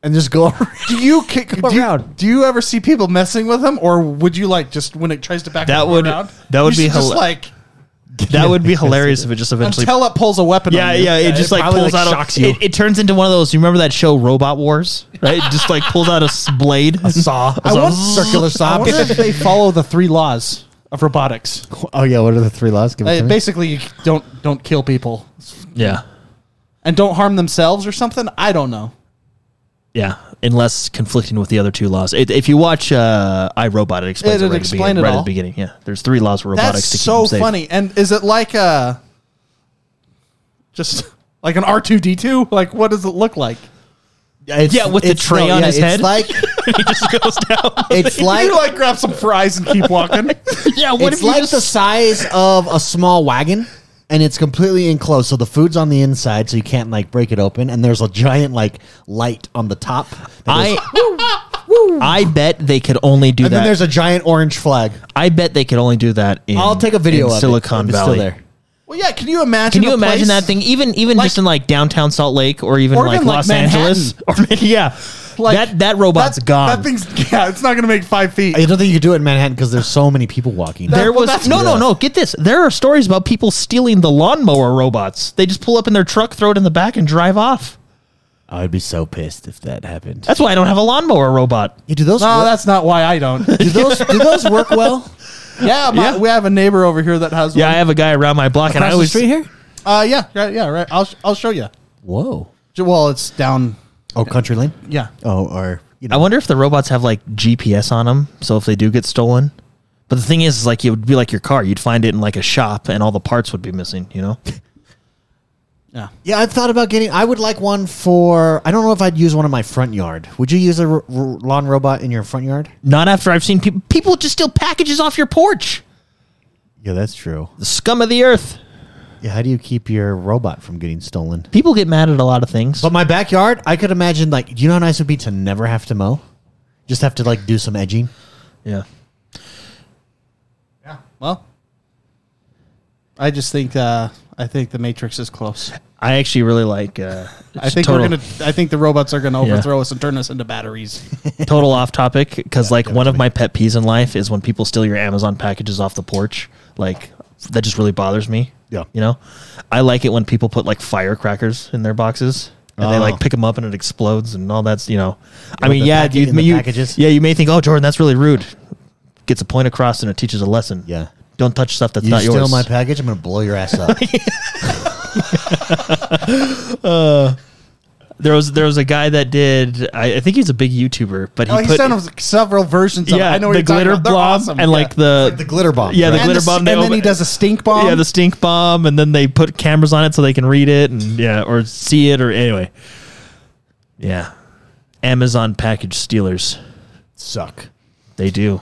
Speaker 1: and just go. around.
Speaker 3: Do you kick, do, you,
Speaker 1: around.
Speaker 3: do you ever see people messing with them, or would you like just when it tries to back
Speaker 2: That
Speaker 3: up
Speaker 2: would-
Speaker 3: around?
Speaker 2: that would
Speaker 3: you
Speaker 2: be
Speaker 3: should just
Speaker 2: hila-
Speaker 3: like
Speaker 2: that would be hilarious if it just eventually.
Speaker 3: until it pulls a weapon.
Speaker 2: yeah,
Speaker 3: on you.
Speaker 2: yeah, it just like
Speaker 1: probably,
Speaker 2: pulls
Speaker 1: like,
Speaker 2: out.
Speaker 1: shocks
Speaker 2: a,
Speaker 1: you.
Speaker 2: It, it turns into one of those. You remember that show Robot Wars, right? It just like pulls out a s- blade, a
Speaker 1: saw.
Speaker 2: I want-
Speaker 1: circular
Speaker 3: I
Speaker 1: saw.
Speaker 3: wonder if they follow the three laws of robotics.
Speaker 1: oh yeah, what are the three laws? Give it
Speaker 3: Uh,
Speaker 1: to me.
Speaker 3: basically, you don't don't kill people
Speaker 2: Yeah,
Speaker 3: and don't harm themselves or something. I don't know.
Speaker 2: yeah. Unless conflicting with the other two laws. It, if you watch uh, iRobot, it explains it,
Speaker 3: It'd
Speaker 2: right,
Speaker 3: explain
Speaker 2: at, the beginning-
Speaker 3: it
Speaker 2: right at
Speaker 3: all.
Speaker 2: the beginning. Yeah, there's three laws for robotics.
Speaker 3: That's
Speaker 2: to keep
Speaker 3: so
Speaker 2: them safe.
Speaker 3: funny. And is it like a just like an R two D two? Like what does it look like?
Speaker 1: It's-
Speaker 2: yeah, with the
Speaker 1: it's-
Speaker 2: tray on his
Speaker 1: it's
Speaker 2: head.
Speaker 1: Like
Speaker 2: he just goes down.
Speaker 1: it's like
Speaker 3: you like grab some fries and keep walking.
Speaker 2: yeah, what
Speaker 1: it's
Speaker 2: if you
Speaker 1: like
Speaker 2: just
Speaker 1: the size of a small wagon and it's completely enclosed so the food's on the inside so you can't like break it open and there's a giant like light on the top that goes-
Speaker 2: I I bet they could only do
Speaker 1: and then
Speaker 2: that.
Speaker 1: there's a giant orange flag
Speaker 2: I bet they could only do that in
Speaker 1: i'll take a video
Speaker 2: in
Speaker 1: of
Speaker 2: Silicon
Speaker 1: it, if
Speaker 2: Valley.
Speaker 1: it's still there
Speaker 3: well, yeah. Can you imagine?
Speaker 2: Can you
Speaker 3: a
Speaker 2: imagine
Speaker 3: place-
Speaker 2: that thing? Even even
Speaker 3: Like-
Speaker 2: just in like downtown Salt Lake or even
Speaker 3: Or
Speaker 2: like
Speaker 3: even, like,
Speaker 2: Los Angeles or yeah,
Speaker 3: Like,
Speaker 2: that that robot's
Speaker 3: that,
Speaker 2: gone.
Speaker 3: That thing's yeah. It's not gonna make five feet.
Speaker 1: i don't think you could do it in manhattan because there's so many people walking
Speaker 2: there
Speaker 3: well,
Speaker 2: was
Speaker 3: that's-
Speaker 2: no no
Speaker 1: yeah.
Speaker 2: no. Get this. There are stories about people stealing the lawnmower robots. They just pull up in their truck, throw it in the back, and drive off.
Speaker 1: i would be so pissed if that happened
Speaker 2: That's why I don't have a lawnmower robot.
Speaker 1: yeah, do those
Speaker 3: no,
Speaker 1: work,
Speaker 3: Oh, that's not why I don't.
Speaker 1: do those do those work well
Speaker 3: yeah, my,
Speaker 2: Yeah.
Speaker 3: we have a neighbor over here that has.
Speaker 2: Yeah, I have a guy around my block, and I
Speaker 1: Across the
Speaker 2: always
Speaker 1: street here
Speaker 3: one. Uh, yeah, yeah, yeah. Right. I'll sh- I'll show you.
Speaker 1: whoa
Speaker 3: J- Well, it's down.
Speaker 1: Oh, Country Lane.
Speaker 3: Yeah.
Speaker 1: Oh, or you
Speaker 2: I
Speaker 1: know,
Speaker 2: wonder if the robots have like GPS on them, so if they do get stolen. But the thing is, is like it would be like your car. You'd find it in like a shop, and all the parts would be missing. You know,
Speaker 3: Yeah.
Speaker 1: yeah, I've thought about getting. I would like one for. I don't know if I'd use one in my front yard. Would you use a r- r- lawn robot in your front yard?
Speaker 2: not after I've seen people. People just steal packages off your porch.
Speaker 1: Yeah, that's true.
Speaker 2: The scum of the earth.
Speaker 1: Yeah, how do you keep your robot from getting stolen?
Speaker 2: People get mad at a lot of things.
Speaker 1: But my backyard, I could imagine like, do you know how nice it would be to never have to mow? Just have to like do some edging.
Speaker 2: yeah.
Speaker 3: Well, I just think uh, I think the Matrix is close.
Speaker 2: I actually really like. Uh,
Speaker 3: I think
Speaker 2: total,
Speaker 3: we're gonna. I think the robots are gonna
Speaker 2: Yeah.
Speaker 3: overthrow us and turn us into batteries.
Speaker 2: total off topic because like one of my pet peeves in life is when people steal your Amazon packages off the porch. Like that just really bothers me.
Speaker 1: Yeah.
Speaker 2: you know, I like it when people put like firecrackers in their boxes and they
Speaker 1: Oh.
Speaker 2: like pick them up and it explodes and all that's you know. I
Speaker 1: with
Speaker 2: mean,
Speaker 1: the
Speaker 2: yeah,
Speaker 1: packet-
Speaker 2: you,
Speaker 1: in the
Speaker 2: you-
Speaker 1: packages.
Speaker 2: yeah, you may think, oh, Jordan, that's really rude. Gets a point across and it teaches a lesson.
Speaker 1: Yeah.
Speaker 2: don't touch stuff that's
Speaker 1: You
Speaker 2: not
Speaker 1: steal
Speaker 2: yours.
Speaker 1: my package, I'm gonna blow your ass up.
Speaker 2: there was there was a guy that did. I, I think he's a big YouTuber, but he
Speaker 3: oh,
Speaker 2: put
Speaker 3: he's done several versions. of it.
Speaker 2: yeah
Speaker 3: I know what
Speaker 2: the
Speaker 3: you're talking
Speaker 2: glitter
Speaker 3: about. They're
Speaker 2: blob
Speaker 3: awesome.
Speaker 2: and
Speaker 3: Yeah.
Speaker 2: like the
Speaker 1: the glitter bomb.
Speaker 2: Yeah, the
Speaker 1: right?
Speaker 3: and,
Speaker 2: glitter
Speaker 3: the-
Speaker 2: bomb.
Speaker 3: and
Speaker 2: they
Speaker 3: then
Speaker 2: open-
Speaker 3: he does a stink bomb.
Speaker 2: Yeah, the stink bomb, and then they put cameras on it so they can read it and yeah, or see it or anyway. Yeah, Amazon package stealers.
Speaker 1: suck.
Speaker 2: They do.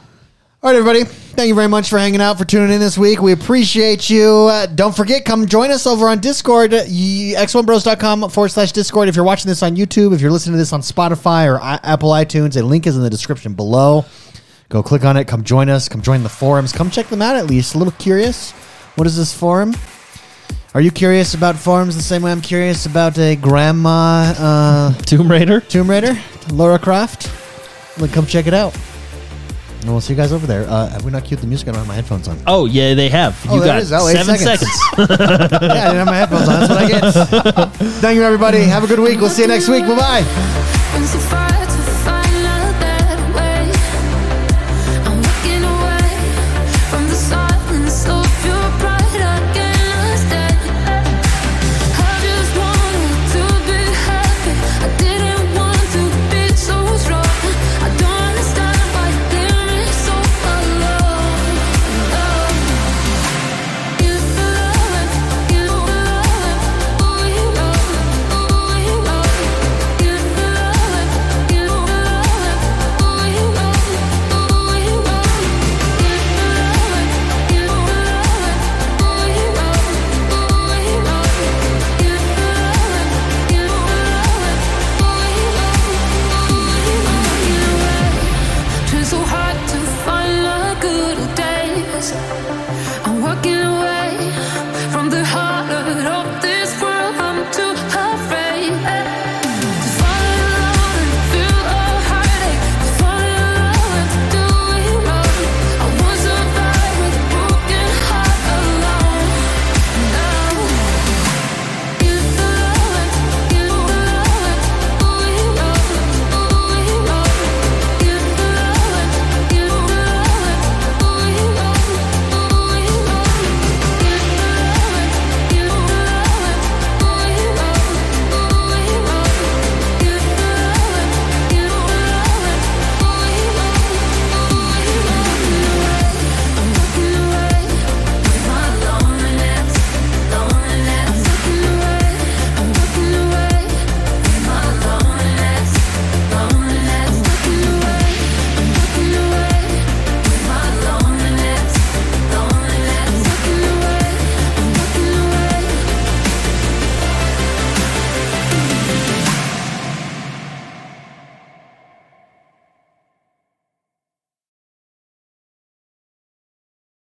Speaker 1: All right, everybody. Thank you very much for hanging out, for tuning in this week. We appreciate you. Uh, don't forget, come join us over on Discord, uh, y- x1bros.com forward slash Discord. If you're watching this on YouTube, if you're listening to this on Spotify or I- Apple iTunes, a link is in the description below. Go click on it. Come join us. Come join the forums. Come check them out at least. A little curious. What is this forum? Are you curious about forums the same way I'm curious about a grandma uh,
Speaker 2: Tomb Raider.
Speaker 1: Tomb Raider, Laura Croft? Then come check it out. And we'll see you guys over there. Uh, have we not cued the music? I don't have my headphones on.
Speaker 2: Oh yeah, they have.
Speaker 1: Oh,
Speaker 2: you
Speaker 1: there
Speaker 2: got
Speaker 1: it is. Oh, eight
Speaker 2: seven
Speaker 1: seconds.
Speaker 2: seconds.
Speaker 1: yeah, I didn't have my headphones on. That's what I get. Thank you, everybody. Have a good week. We'll see you next week. Bye bye.
Speaker 5: I'm so